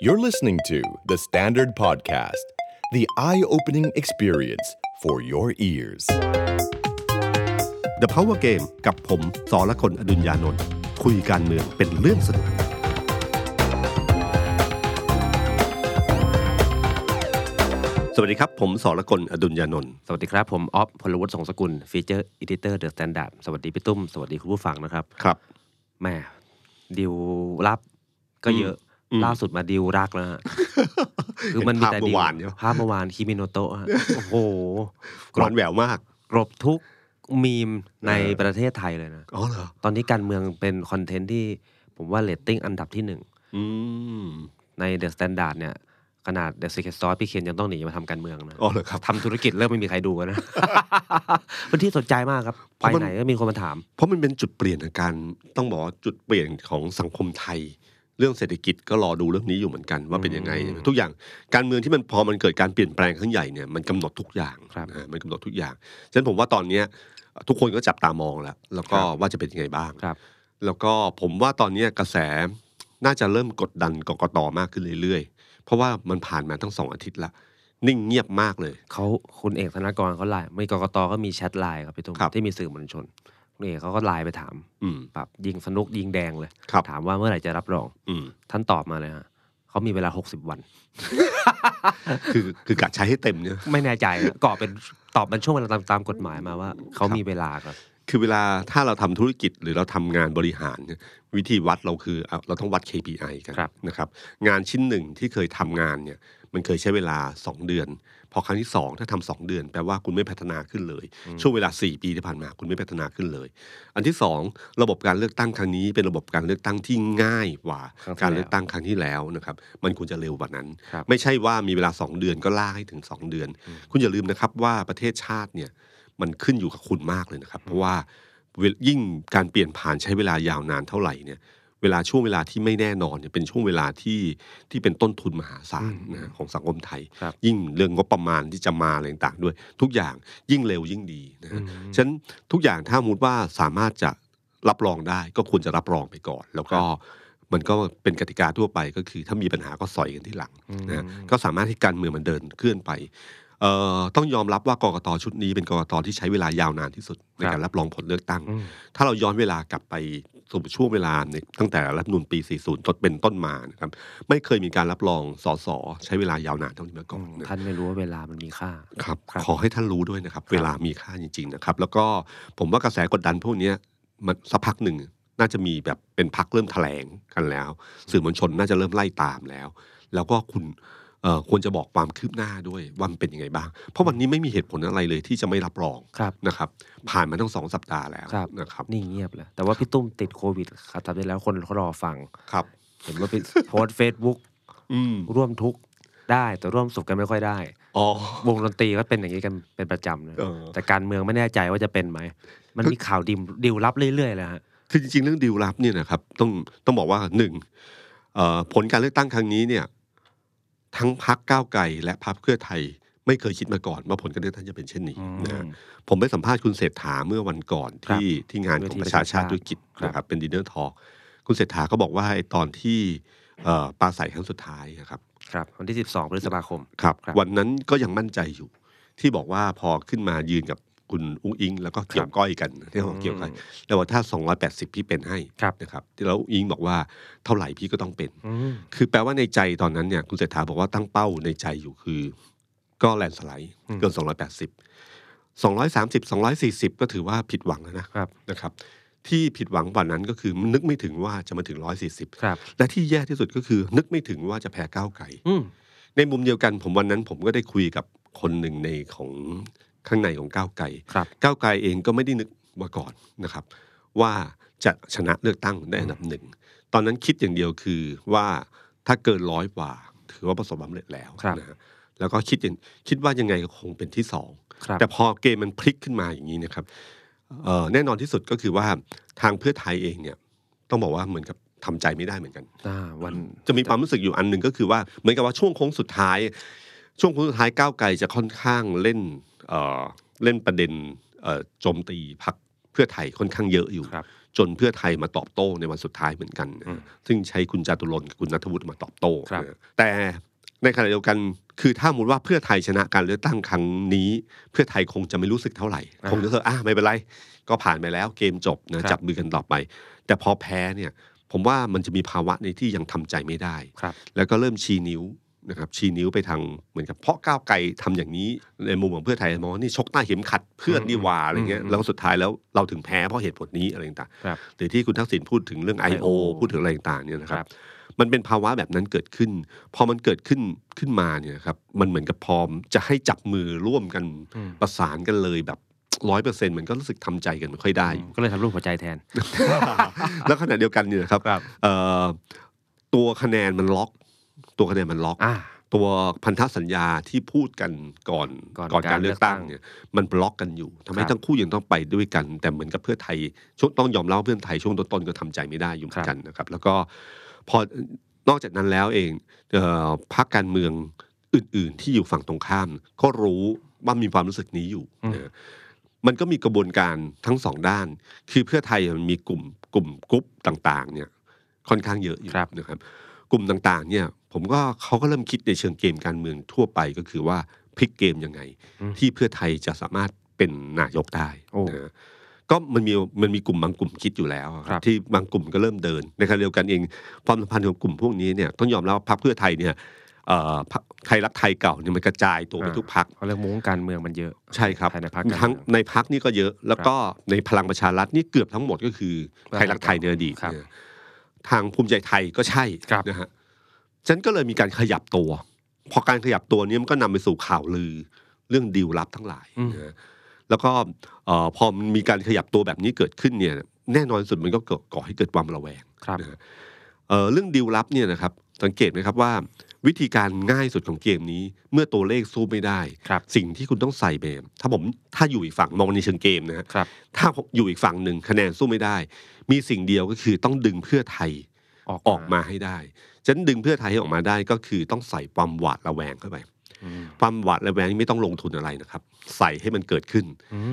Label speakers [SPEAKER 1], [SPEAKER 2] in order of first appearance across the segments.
[SPEAKER 1] You're listening to The Standard Podcast, the eye opening experience for your ears.
[SPEAKER 2] The Power Game กับผมสอละคนอดุญญานนท์คุยการเมืองเป็นเรื่องสนุก สวัสดีครับ ผมสอละคนอดุญญานนท์
[SPEAKER 3] สวัสดีครับ ผมออฟพลวัตสงสกุลฟีเจอร์อิดิเตอร์เดอะสแตนดาร์ดสวัสดีพี่ตุ้ม สวัสดีคุณผู้ฟังนะครับ
[SPEAKER 2] ครับ
[SPEAKER 3] แหม่ดิวรับก็เยอะล่าสุดมาดิวรักแล้วฮะ คือมันมีแต่
[SPEAKER 2] เห็นภาพเมื่อ
[SPEAKER 3] ดิ
[SPEAKER 2] วานใช่ไหม
[SPEAKER 3] ภาพเมื่อวานคิมิโนโตะฮะโอ้โห ก
[SPEAKER 2] ก
[SPEAKER 3] ร
[SPEAKER 2] รอ
[SPEAKER 3] บบ
[SPEAKER 2] แหววมาก
[SPEAKER 3] กรบทุกมีมในประเทศไทยเลยนะ
[SPEAKER 2] อ๋อเหรอ
[SPEAKER 3] ตอนนี้การเมืองเป็นคอนเทนต์ที่ผมว่าเรตติ้งอันดับที่หนึ่ง
[SPEAKER 2] อืม
[SPEAKER 3] ในเดอะสแตนดาร์ดเนี่ย ขนาดเดอะซีเคทซอสพี่เคนยังต้องหนีมาทำการเมืองนะ
[SPEAKER 2] อ๋อเหรอครับ
[SPEAKER 3] ทำธุรกิจเริ่มไม่มีใครดูแล้ว นะ เป็นที่สนใจมากครับ ไปไหนก็มีคนมาถาม
[SPEAKER 2] เพราะมันเป็นจุดเปลี่ยนทางการต้องบอกว่าจุดเปลี่ยนของสังคมไทย เรื่องเศรษฐกิจก็รอดูเรื่องนี้อยู่เหมือนกันว่าเป็นยังไง
[SPEAKER 3] อืม
[SPEAKER 2] ทุกอย่างการเมืองที่มันพอมันเกิดการเปลี่ยนแปลงครั้งใหญ่เนี่ยมันกำหนดทุกอย่าง
[SPEAKER 3] ครับ
[SPEAKER 2] นะมันกำหนดทุกอย่างฉะนั้นผมว่าตอนเนี้ยทุกคนก็จับตามองแล้วแล้วก็ว่าจะเป็นยังไงบ้าง
[SPEAKER 3] ครับ
[SPEAKER 2] แล้วก็ผมว่าตอนเนี้ยกระแสน่าจะเริ่มกดดันกกตมากขึ้นเรื่อยๆ เพราะว่ามันผ่านมาตั้งสองอาทิตย์ละนิ่งเงียบมากเลย
[SPEAKER 3] เขาคุณเอกธนกรเขาไลน์ไม่กกตก็มีแชทไลน์ครับพี่ตุ้ม
[SPEAKER 2] ครับ
[SPEAKER 3] ที่มีสื่อมวลชนคุณเอกเขาก็ไลน์ไปถาม
[SPEAKER 2] อืม
[SPEAKER 3] แบบยิงสนุกยิงแดงเลย
[SPEAKER 2] ครับ
[SPEAKER 3] ถามว่าเมื่อไหร่จะรับรอง
[SPEAKER 2] อืม
[SPEAKER 3] ท่านตอบมาเลยฮะเขามีเวลา 60 วัน
[SPEAKER 2] คือคือกะใช้ให้เต็มเนี่ย
[SPEAKER 3] ไม่แน่ใจนะก่อ เป็นตอบมันช่วงเวลาตามตามกฎหมายมาว่าเขามีเวลาครับ
[SPEAKER 2] คือเวลาถ้าเราทำธุรกิจหรือเราทำงานบริหารเนี่ยวิธีวัดเราคือเอาเราต้องวัด KPI กัน
[SPEAKER 3] ครับ
[SPEAKER 2] นะครับ งานชิ้นหนึ่งที่เคยทำงานเนี่ยมันเคยใช้เวลา 2 เดือน พอครั้งที่ 2 ถ้าทำสองเดือนแปลว่าคุณไม่พัฒนาขึ้นเลย ช่วงเวลา 4 ปีที่ผ่านมาคุณไม่พัฒนาขึ้นเลย อันที่ 2 ระบบการเลือกตั้งครั้งนี้เป็นระบบการเลือกตั้งที่ง่ายกว่า
[SPEAKER 3] ครั้งที่
[SPEAKER 2] การเลือกตั้งครั้งที่แล้วนะครับมันควรจะเร็วกว่านั้น
[SPEAKER 3] ครับ
[SPEAKER 2] ไม่ใช่ว่ามีเวลา 2 เดือนก็ลากให้ถึง 2 เดือน คุณอย่าลืมนะครับว่าประเทศชาติเนี่ยมันขึ้นอยู่กับคุณมากเลยนะครับ เพราะว่าเวลยิ่งการเปลี่ยนผ่านใช้เวลายาวนานเท่าไหร่เนี่ยเวลาช่วงเวลาที่ไม่แน่นอนเนี่ยเป็นช่วงเวลาที่ที่เป็นต้นทุนมหาศาลนะฮะของสังคมไทย
[SPEAKER 3] ครับ
[SPEAKER 2] ยิ่งเรื่องงบประมาณที่จะมาอะไรต่างๆด้วย ทุกอย่างยิ่งเร็วยิ่งดีนะฮะ ฉะนั้นทุกอย่างถ้ามุดว่าสามารถจะรับรองได้ก็ควรจะรับรองไปก่อน แล้วก็มันก็เป็นกติกาทั่วไปก็คือ ถ้ามีปัญหาก็สอยกันที่หลังนะก็สามารถให้การเมืองมันเดินเคลื่อนไปเอ่อต้องยอมรับว่ากกตชุดนี้เป็นกกตที่ใช้เวลายาวนานที่สุดในการรับรองผลเลือกตั้ง
[SPEAKER 3] อืม
[SPEAKER 2] ถ้าเราย้อนเวลากลับไปสู่ช่วงเวลาในตั้งแต่รัฐธรรมนูลปี 40ต้นเป็นต้นมานะครับไม่เคยมีการรับรองสสใช้เวลายาวนานเท่านี้มาก่อนนะ
[SPEAKER 3] ท่านไม่รู้ว่าเวลามันมีค่า
[SPEAKER 2] ครับ
[SPEAKER 3] ครับ
[SPEAKER 2] ขอให้ท่านรู้ด้วยนะครับ เวลามีค่าจริง ๆ นะครับ แล้วก็ผมว่ากระแสกดดันพวกเนี้ยมันสักพักหนึ่งน่าจะมีแบบเป็นพักเริ่มแถลงกันแล้ว สื่อมวลชนน่าจะเริ่มไล่ตามแล้ว แล้วก็คุณเอ่อควรจะบอกความคืบหน้าด้วยว่ามันเป็นยังไงบ้าง เพราะวันนี้ไม่มีเหตุผลอะไรเลยที่จะไม่รับรอง
[SPEAKER 3] ครับ
[SPEAKER 2] นะครับ ผ่านมาทั้งสองสัปดาห์แล้ว
[SPEAKER 3] ครับ
[SPEAKER 2] นะครับ
[SPEAKER 3] นี่เงียบเลยแต่ว่าพี่ตุ้มติดโควิดครับทำได้แล้วคนเขารอฟัง
[SPEAKER 2] ครับ
[SPEAKER 3] เห็นว่าไปโพสเฟซบุ๊ก
[SPEAKER 2] อืม
[SPEAKER 3] ร่วมทุกข์ได้แต่ร่วมสุขกันไม่ค่อยได้
[SPEAKER 2] อ๋อ
[SPEAKER 3] วงดนตรีก็เป็นอย่างนี้กันเป็นประจำนะ
[SPEAKER 2] เออ
[SPEAKER 3] แต่การเมืองไม่แน่ใจว่าจะเป็นไหม มันมีข่าวดิมดิวลับเรื่อยๆเลยฮะ
[SPEAKER 2] คือจริงๆ เรื่องดีลลับเนี่ยนะครับต้องต้องบอกว่าหนึ่งเอ่อผลการเลือกตั้งครั้งนี้เนี่ยทั้งพักก้าวไกลและพักเพื่อไทย ไม่เคยคิดมาก่อนว่าผลการเลือกตั้งจะเป็นเช่นนี้
[SPEAKER 3] อืม
[SPEAKER 2] นะฮะผมไปสัมภาษณ์คุณเศรษฐาเมื่อวันก่อน
[SPEAKER 3] ครับ
[SPEAKER 2] ที่ที่งานของประชาชาติธุรกิจ
[SPEAKER 3] ครับ
[SPEAKER 2] นะครับเป็นดินเนอร์ทอคุณเศรษฐาก็บอกว่าไอ้ตอนที่เอ่อปราศัยครั้งสุดท้ายนะครับ
[SPEAKER 3] ครับ วันที่ 12พฤษภาคม
[SPEAKER 2] ครับ
[SPEAKER 3] ครับ
[SPEAKER 2] วันนั้นก็ยังมั่นใจอยู่ ที่บอกว่าพอขึ้นมายืนกับคุณอุ้งอิง แล้วก็เกี่ยวก้อยกันที่ห้องเกี่ยวก้อยแล้วว่าถ้า 280 พี่เป็นให้
[SPEAKER 3] ครับ
[SPEAKER 2] นะครับที่แล้วอิงบอกว่าเท่าไหร่พี่ก็ต้องเป็น
[SPEAKER 3] อืม
[SPEAKER 2] คือแปลว่าในใจตอนนั้นเนี่ยคุณเศรษฐาบอกว่าตั้งเป้าในใจอยู่คือ ก็แลนด์สไลด์เกิน 280 230 240 ก็ถือว่าผิดหวังแล้วนะครับ นะครับ ที่ผิดหวังกว่านั้นก็คือนึกไม่ถึงว่าจะมาถึง 140
[SPEAKER 3] ครับ
[SPEAKER 2] และที่แย่ที่สุดก็คือ นึกไม่ถึงว่าจะแพ้ก้าวไกล
[SPEAKER 3] อืม
[SPEAKER 2] ในมุมเดียวกันผมวันนั้นผมก็ได้คุยกับคนหนึ่งในของข้างในของก้าวไกล
[SPEAKER 3] ครับ
[SPEAKER 2] ก้าวไกลเองก็ไม่ได้นึกมาก่อนนะครับ ว่าจะชนะเลือกตั้งได้อันดับหนึ่งตอนนั้นคิดอย่างเดียวคือว่าถ้าเกินร้อยกว่า ถือว่าประสบความสำเร็จแล้ว
[SPEAKER 3] ครับ
[SPEAKER 2] นะฮะแล้วก็คิดอย่างคิดว่ายังไงก็คงเป็นที่สอง
[SPEAKER 3] ครับ
[SPEAKER 2] แต่พอเกมมันพลิกขึ้นมาอย่างนี้นะครับเอ่อแน่นอนที่สุดก็คือว่าทางเพื่อไทยเองเนี่ยต้องบอกว่าเหมือนกับทำใจไม่ได้เหมือนกัน
[SPEAKER 3] อ่า วัน
[SPEAKER 2] จะมีความรู้สึกอยู่อันหนึ่งก็คือว่าเหมือนกับว่าช่วงโค้งสุดท้าย ช่วงโค้งสุดท้ายก้าวไกลจะค่อนข้างเล่นเอ่อเล่นประเด็นเอ่อโจมตีพักเพื่อไทยค่อนข้างเยอะอยู่
[SPEAKER 3] ครับ
[SPEAKER 2] จนเพื่อไทยมาตอบโต้ในวันสุดท้ายเหมือนกันนะ
[SPEAKER 3] อืม
[SPEAKER 2] ซึ่งใช้คุณจาตุรนต์กับคุณนัทวุฒิมาตอบโต้
[SPEAKER 3] ครับ
[SPEAKER 2] นะแต่ในขณะเดียวกันคือถ้าสมมุติว่าเพื่อไทยชนะการเลือกตั้งครั้งนี้ เพื่อไทยคงจะไม่รู้สึกเท่าไหร่ คงจะรู้สึกอ่ะไม่เป็นไร ก็ผ่านไปแล้วเกมจบนะครับ จับมือกันต่อไป แต่พอแพ้เนี่ย ผมว่ามันจะมีภาวะในที่ยังทำใจไม่ได้
[SPEAKER 3] ครับ
[SPEAKER 2] แล้วก็เริ่มชี้นิ้วนะครับชี้นิ้วไปทางเหมือนกับเพราะก้าวไกลทำอย่างนี้ในมุมของเพื่อไทยมองว่านี่ชกใต้เข็มขัดเพื่อนนี่หว่าอะไรเงี้ย
[SPEAKER 3] อืม
[SPEAKER 2] แล้วสุดท้ายแล้วเราถึงแพ้เพราะเหตุผลนี้อะไรต่าง
[SPEAKER 3] ครับ
[SPEAKER 2] ๆหรือที่คุณทักษิณพูดถึงเรื่อง I.O.
[SPEAKER 3] IO
[SPEAKER 2] พูดถึงอะไรต่างๆเนี่ยนะครั
[SPEAKER 3] ครับ บ
[SPEAKER 2] มันเป็นภาวะแบบนั้นเกิดขึ้น พอมันเกิดขึ้นขึ้นมาเนี่ยครับมันเหมือนกับพร้อมจะให้จับมือร่วมกัน
[SPEAKER 3] อืม
[SPEAKER 2] ประสานกันเลยแบบร้อยเปอร์เซ็นต์มันก็รู้สึกทำใจกันไม่ค่อยได้
[SPEAKER 3] ก็เลยทำรูปหัวใจแทน
[SPEAKER 2] แล้วขณะเดียวกันเนี่ยนะครับ
[SPEAKER 3] ครับ
[SPEAKER 2] เอ่อตัวคะแนนมันล็อก ตัวคะแนนมันล็อก
[SPEAKER 3] อ่า
[SPEAKER 2] ตัวพันธสัญญาที่พูดกันก่อน
[SPEAKER 3] ก่อน
[SPEAKER 2] การเลือกตั้งเนี่ยมันบล็อกกันอยู่ทำให้
[SPEAKER 3] ครับ
[SPEAKER 2] ทั้งคู่ยังต้องไปด้วยกัน แต่เหมือนกับเพื่อไทยช่วงต้องยอมรับว่าเพื่อไทยช่วงต้นๆก็ทำใจไม่ได้อยู่เหมือนกันนะครับ แล้วก็พอนอกจากนั้นแล้วเองเอ่อพรรคการเมืองอื่น ๆ ที่อยู่ฝั่งตรงข้าม ก็รู้ว่ามีความรู้สึกนี้อยู่
[SPEAKER 3] อืม
[SPEAKER 2] นะมันก็มีกระบวนการทั้งสองด้าน คือเพื่อไทยมันมีกลุ่มกลุ่มกรุ๊ปต่างๆ เนี่ยค่อนข้างเยอะอยู่
[SPEAKER 3] ครับ
[SPEAKER 2] นะครับ กลุ่มต่างๆเนี่ยผมก็เขาก็เริ่มคิดในเชิงเกมการเมืองทั่วไปก็คือว่าพลิกเกมยังไง
[SPEAKER 3] อืม
[SPEAKER 2] ที่เพื่อไทยจะสามารถเป็นนายกได้
[SPEAKER 3] โอ้
[SPEAKER 2] นะก็มันมีมันมีกลุ่มบางกลุ่มคิดอยู่แล้วอะค
[SPEAKER 3] ครั
[SPEAKER 2] รับบ ที่บางกลุ่มก็เริ่มเดินในขณะเดียวกันเองความสัมพันธ์ของกลุ่มพวกนี้เนี่ยต้องยอมรับว่าพรรคเพื่อไทยเนี่ยเอ่อพรรคไทยรักไทยเก่าเนี่ยมันกระจายตัวไปทุกพรรค
[SPEAKER 3] เขาเรื่องมุ้งการเมืองมันเยอะ
[SPEAKER 2] ใช่ครับ
[SPEAKER 3] ภายในพัก
[SPEAKER 2] ทั้งในพักนี่ก็เยอะแล้วก็ในพลังประชารัฐนี่เกือบทั้งหมดก็คือไทยรักไทยในอดีต
[SPEAKER 3] ครับ
[SPEAKER 2] เนี่ยทางภูมิใจไทยก็ใช่
[SPEAKER 3] ครับ
[SPEAKER 2] นะฮะฉะนันก็เลยมีการขยับตัว พอการขยับตัวเนี้มันก็นำไปสู่ข่าวลือเรื่องดีลลับทั้งหลาย
[SPEAKER 3] อืม
[SPEAKER 2] นะฮะแล้วก็เอ่อพอมันมีการขยับตัวแบบนี้เกิดขึ้นเนี่ยแน่นอนสุดมันก็เกิดก่อให้เกิดความระแวง
[SPEAKER 3] ครับ
[SPEAKER 2] นะ เอ่อเรื่องดีลลับเนี่ยนะครับสังเกตไหมครับว่า วิธีการง่ายสุดของเกมนี้ เมื่อตัวเลขสู้ไม่ได้
[SPEAKER 3] ครับ
[SPEAKER 2] สิ่งที่คุณต้องใส่ไปถ้าผมถ้าอยู่อีกฝั่งมองในเชิงเกมนะฮะ
[SPEAKER 3] ครับ
[SPEAKER 2] ถ้าอยู่อีกฝั่งหนึ่งคะแนนสู้ไม่ได้ มีสิ่งเดียวก็คือต้องดึงเพื่อไทยออกมาให้ได้ฉะนันดึงเพื่อไทยให้ออกมาได้ก็คือต้องใส่ความหวาดระแวงเข้าไป
[SPEAKER 3] อืม
[SPEAKER 2] ความหวาดระแวงนี่ไม่ต้องลงทุนอะไรนะครับ ใส่ให้มันเกิดขึ้น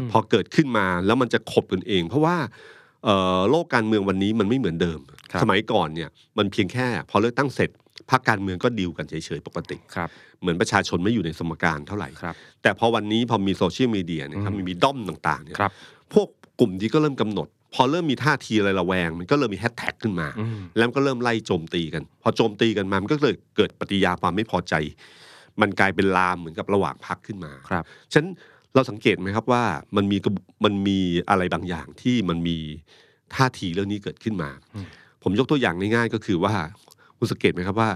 [SPEAKER 3] ม
[SPEAKER 2] พอเกิดขึ้นมาแล้วมันจะขบกันเอง เพราะว่าเอ่อโลกการเมืองวันนี้มันไม่เหมือนเดิม
[SPEAKER 3] ครับ
[SPEAKER 2] สมัยก่อนเนี่ยมันเพียงแค่ พอเลือกตั้งเสร็จพรรคการเมืองก็ดีลกันเฉยๆปกติ
[SPEAKER 3] ครับ
[SPEAKER 2] เหมือนประชาชนไม่อยู่ในสมการเท่าไหร่
[SPEAKER 3] ครับ
[SPEAKER 2] แต่พอวันนี้พอมีโซเชียลมีเดียเนี่ยครับ
[SPEAKER 3] อืม
[SPEAKER 2] มันมีด้อมต่างๆเนี่ย
[SPEAKER 3] ครับ
[SPEAKER 2] พวกกลุ่มที่ก็เริ่มกำหนด พอเริ่มมีท่าทีอะไรระแวง มันก็เริ่มมีแฮชแท็กขึ้นมา
[SPEAKER 3] อืม
[SPEAKER 2] แล้วมันก็เริ่มไล่โจมตีกัน พอโจมตีกันมา มันก็เลยเกิดปฏิยาความไม่พอใจ มันกลายเป็นลามเหมือนกับระหว่างพักขึ้นมา
[SPEAKER 3] ครับ
[SPEAKER 2] ฉะนั้นเราสังเกตไหมครับว่ามันมีกระบมันมีอะไรบางอย่างที่มันมีท่าทีเรื่องนี้เกิดขึ้นมา ผมยกตัวอย่างง่ายๆก็คือว่าคุณสังเกตไหมครับว่า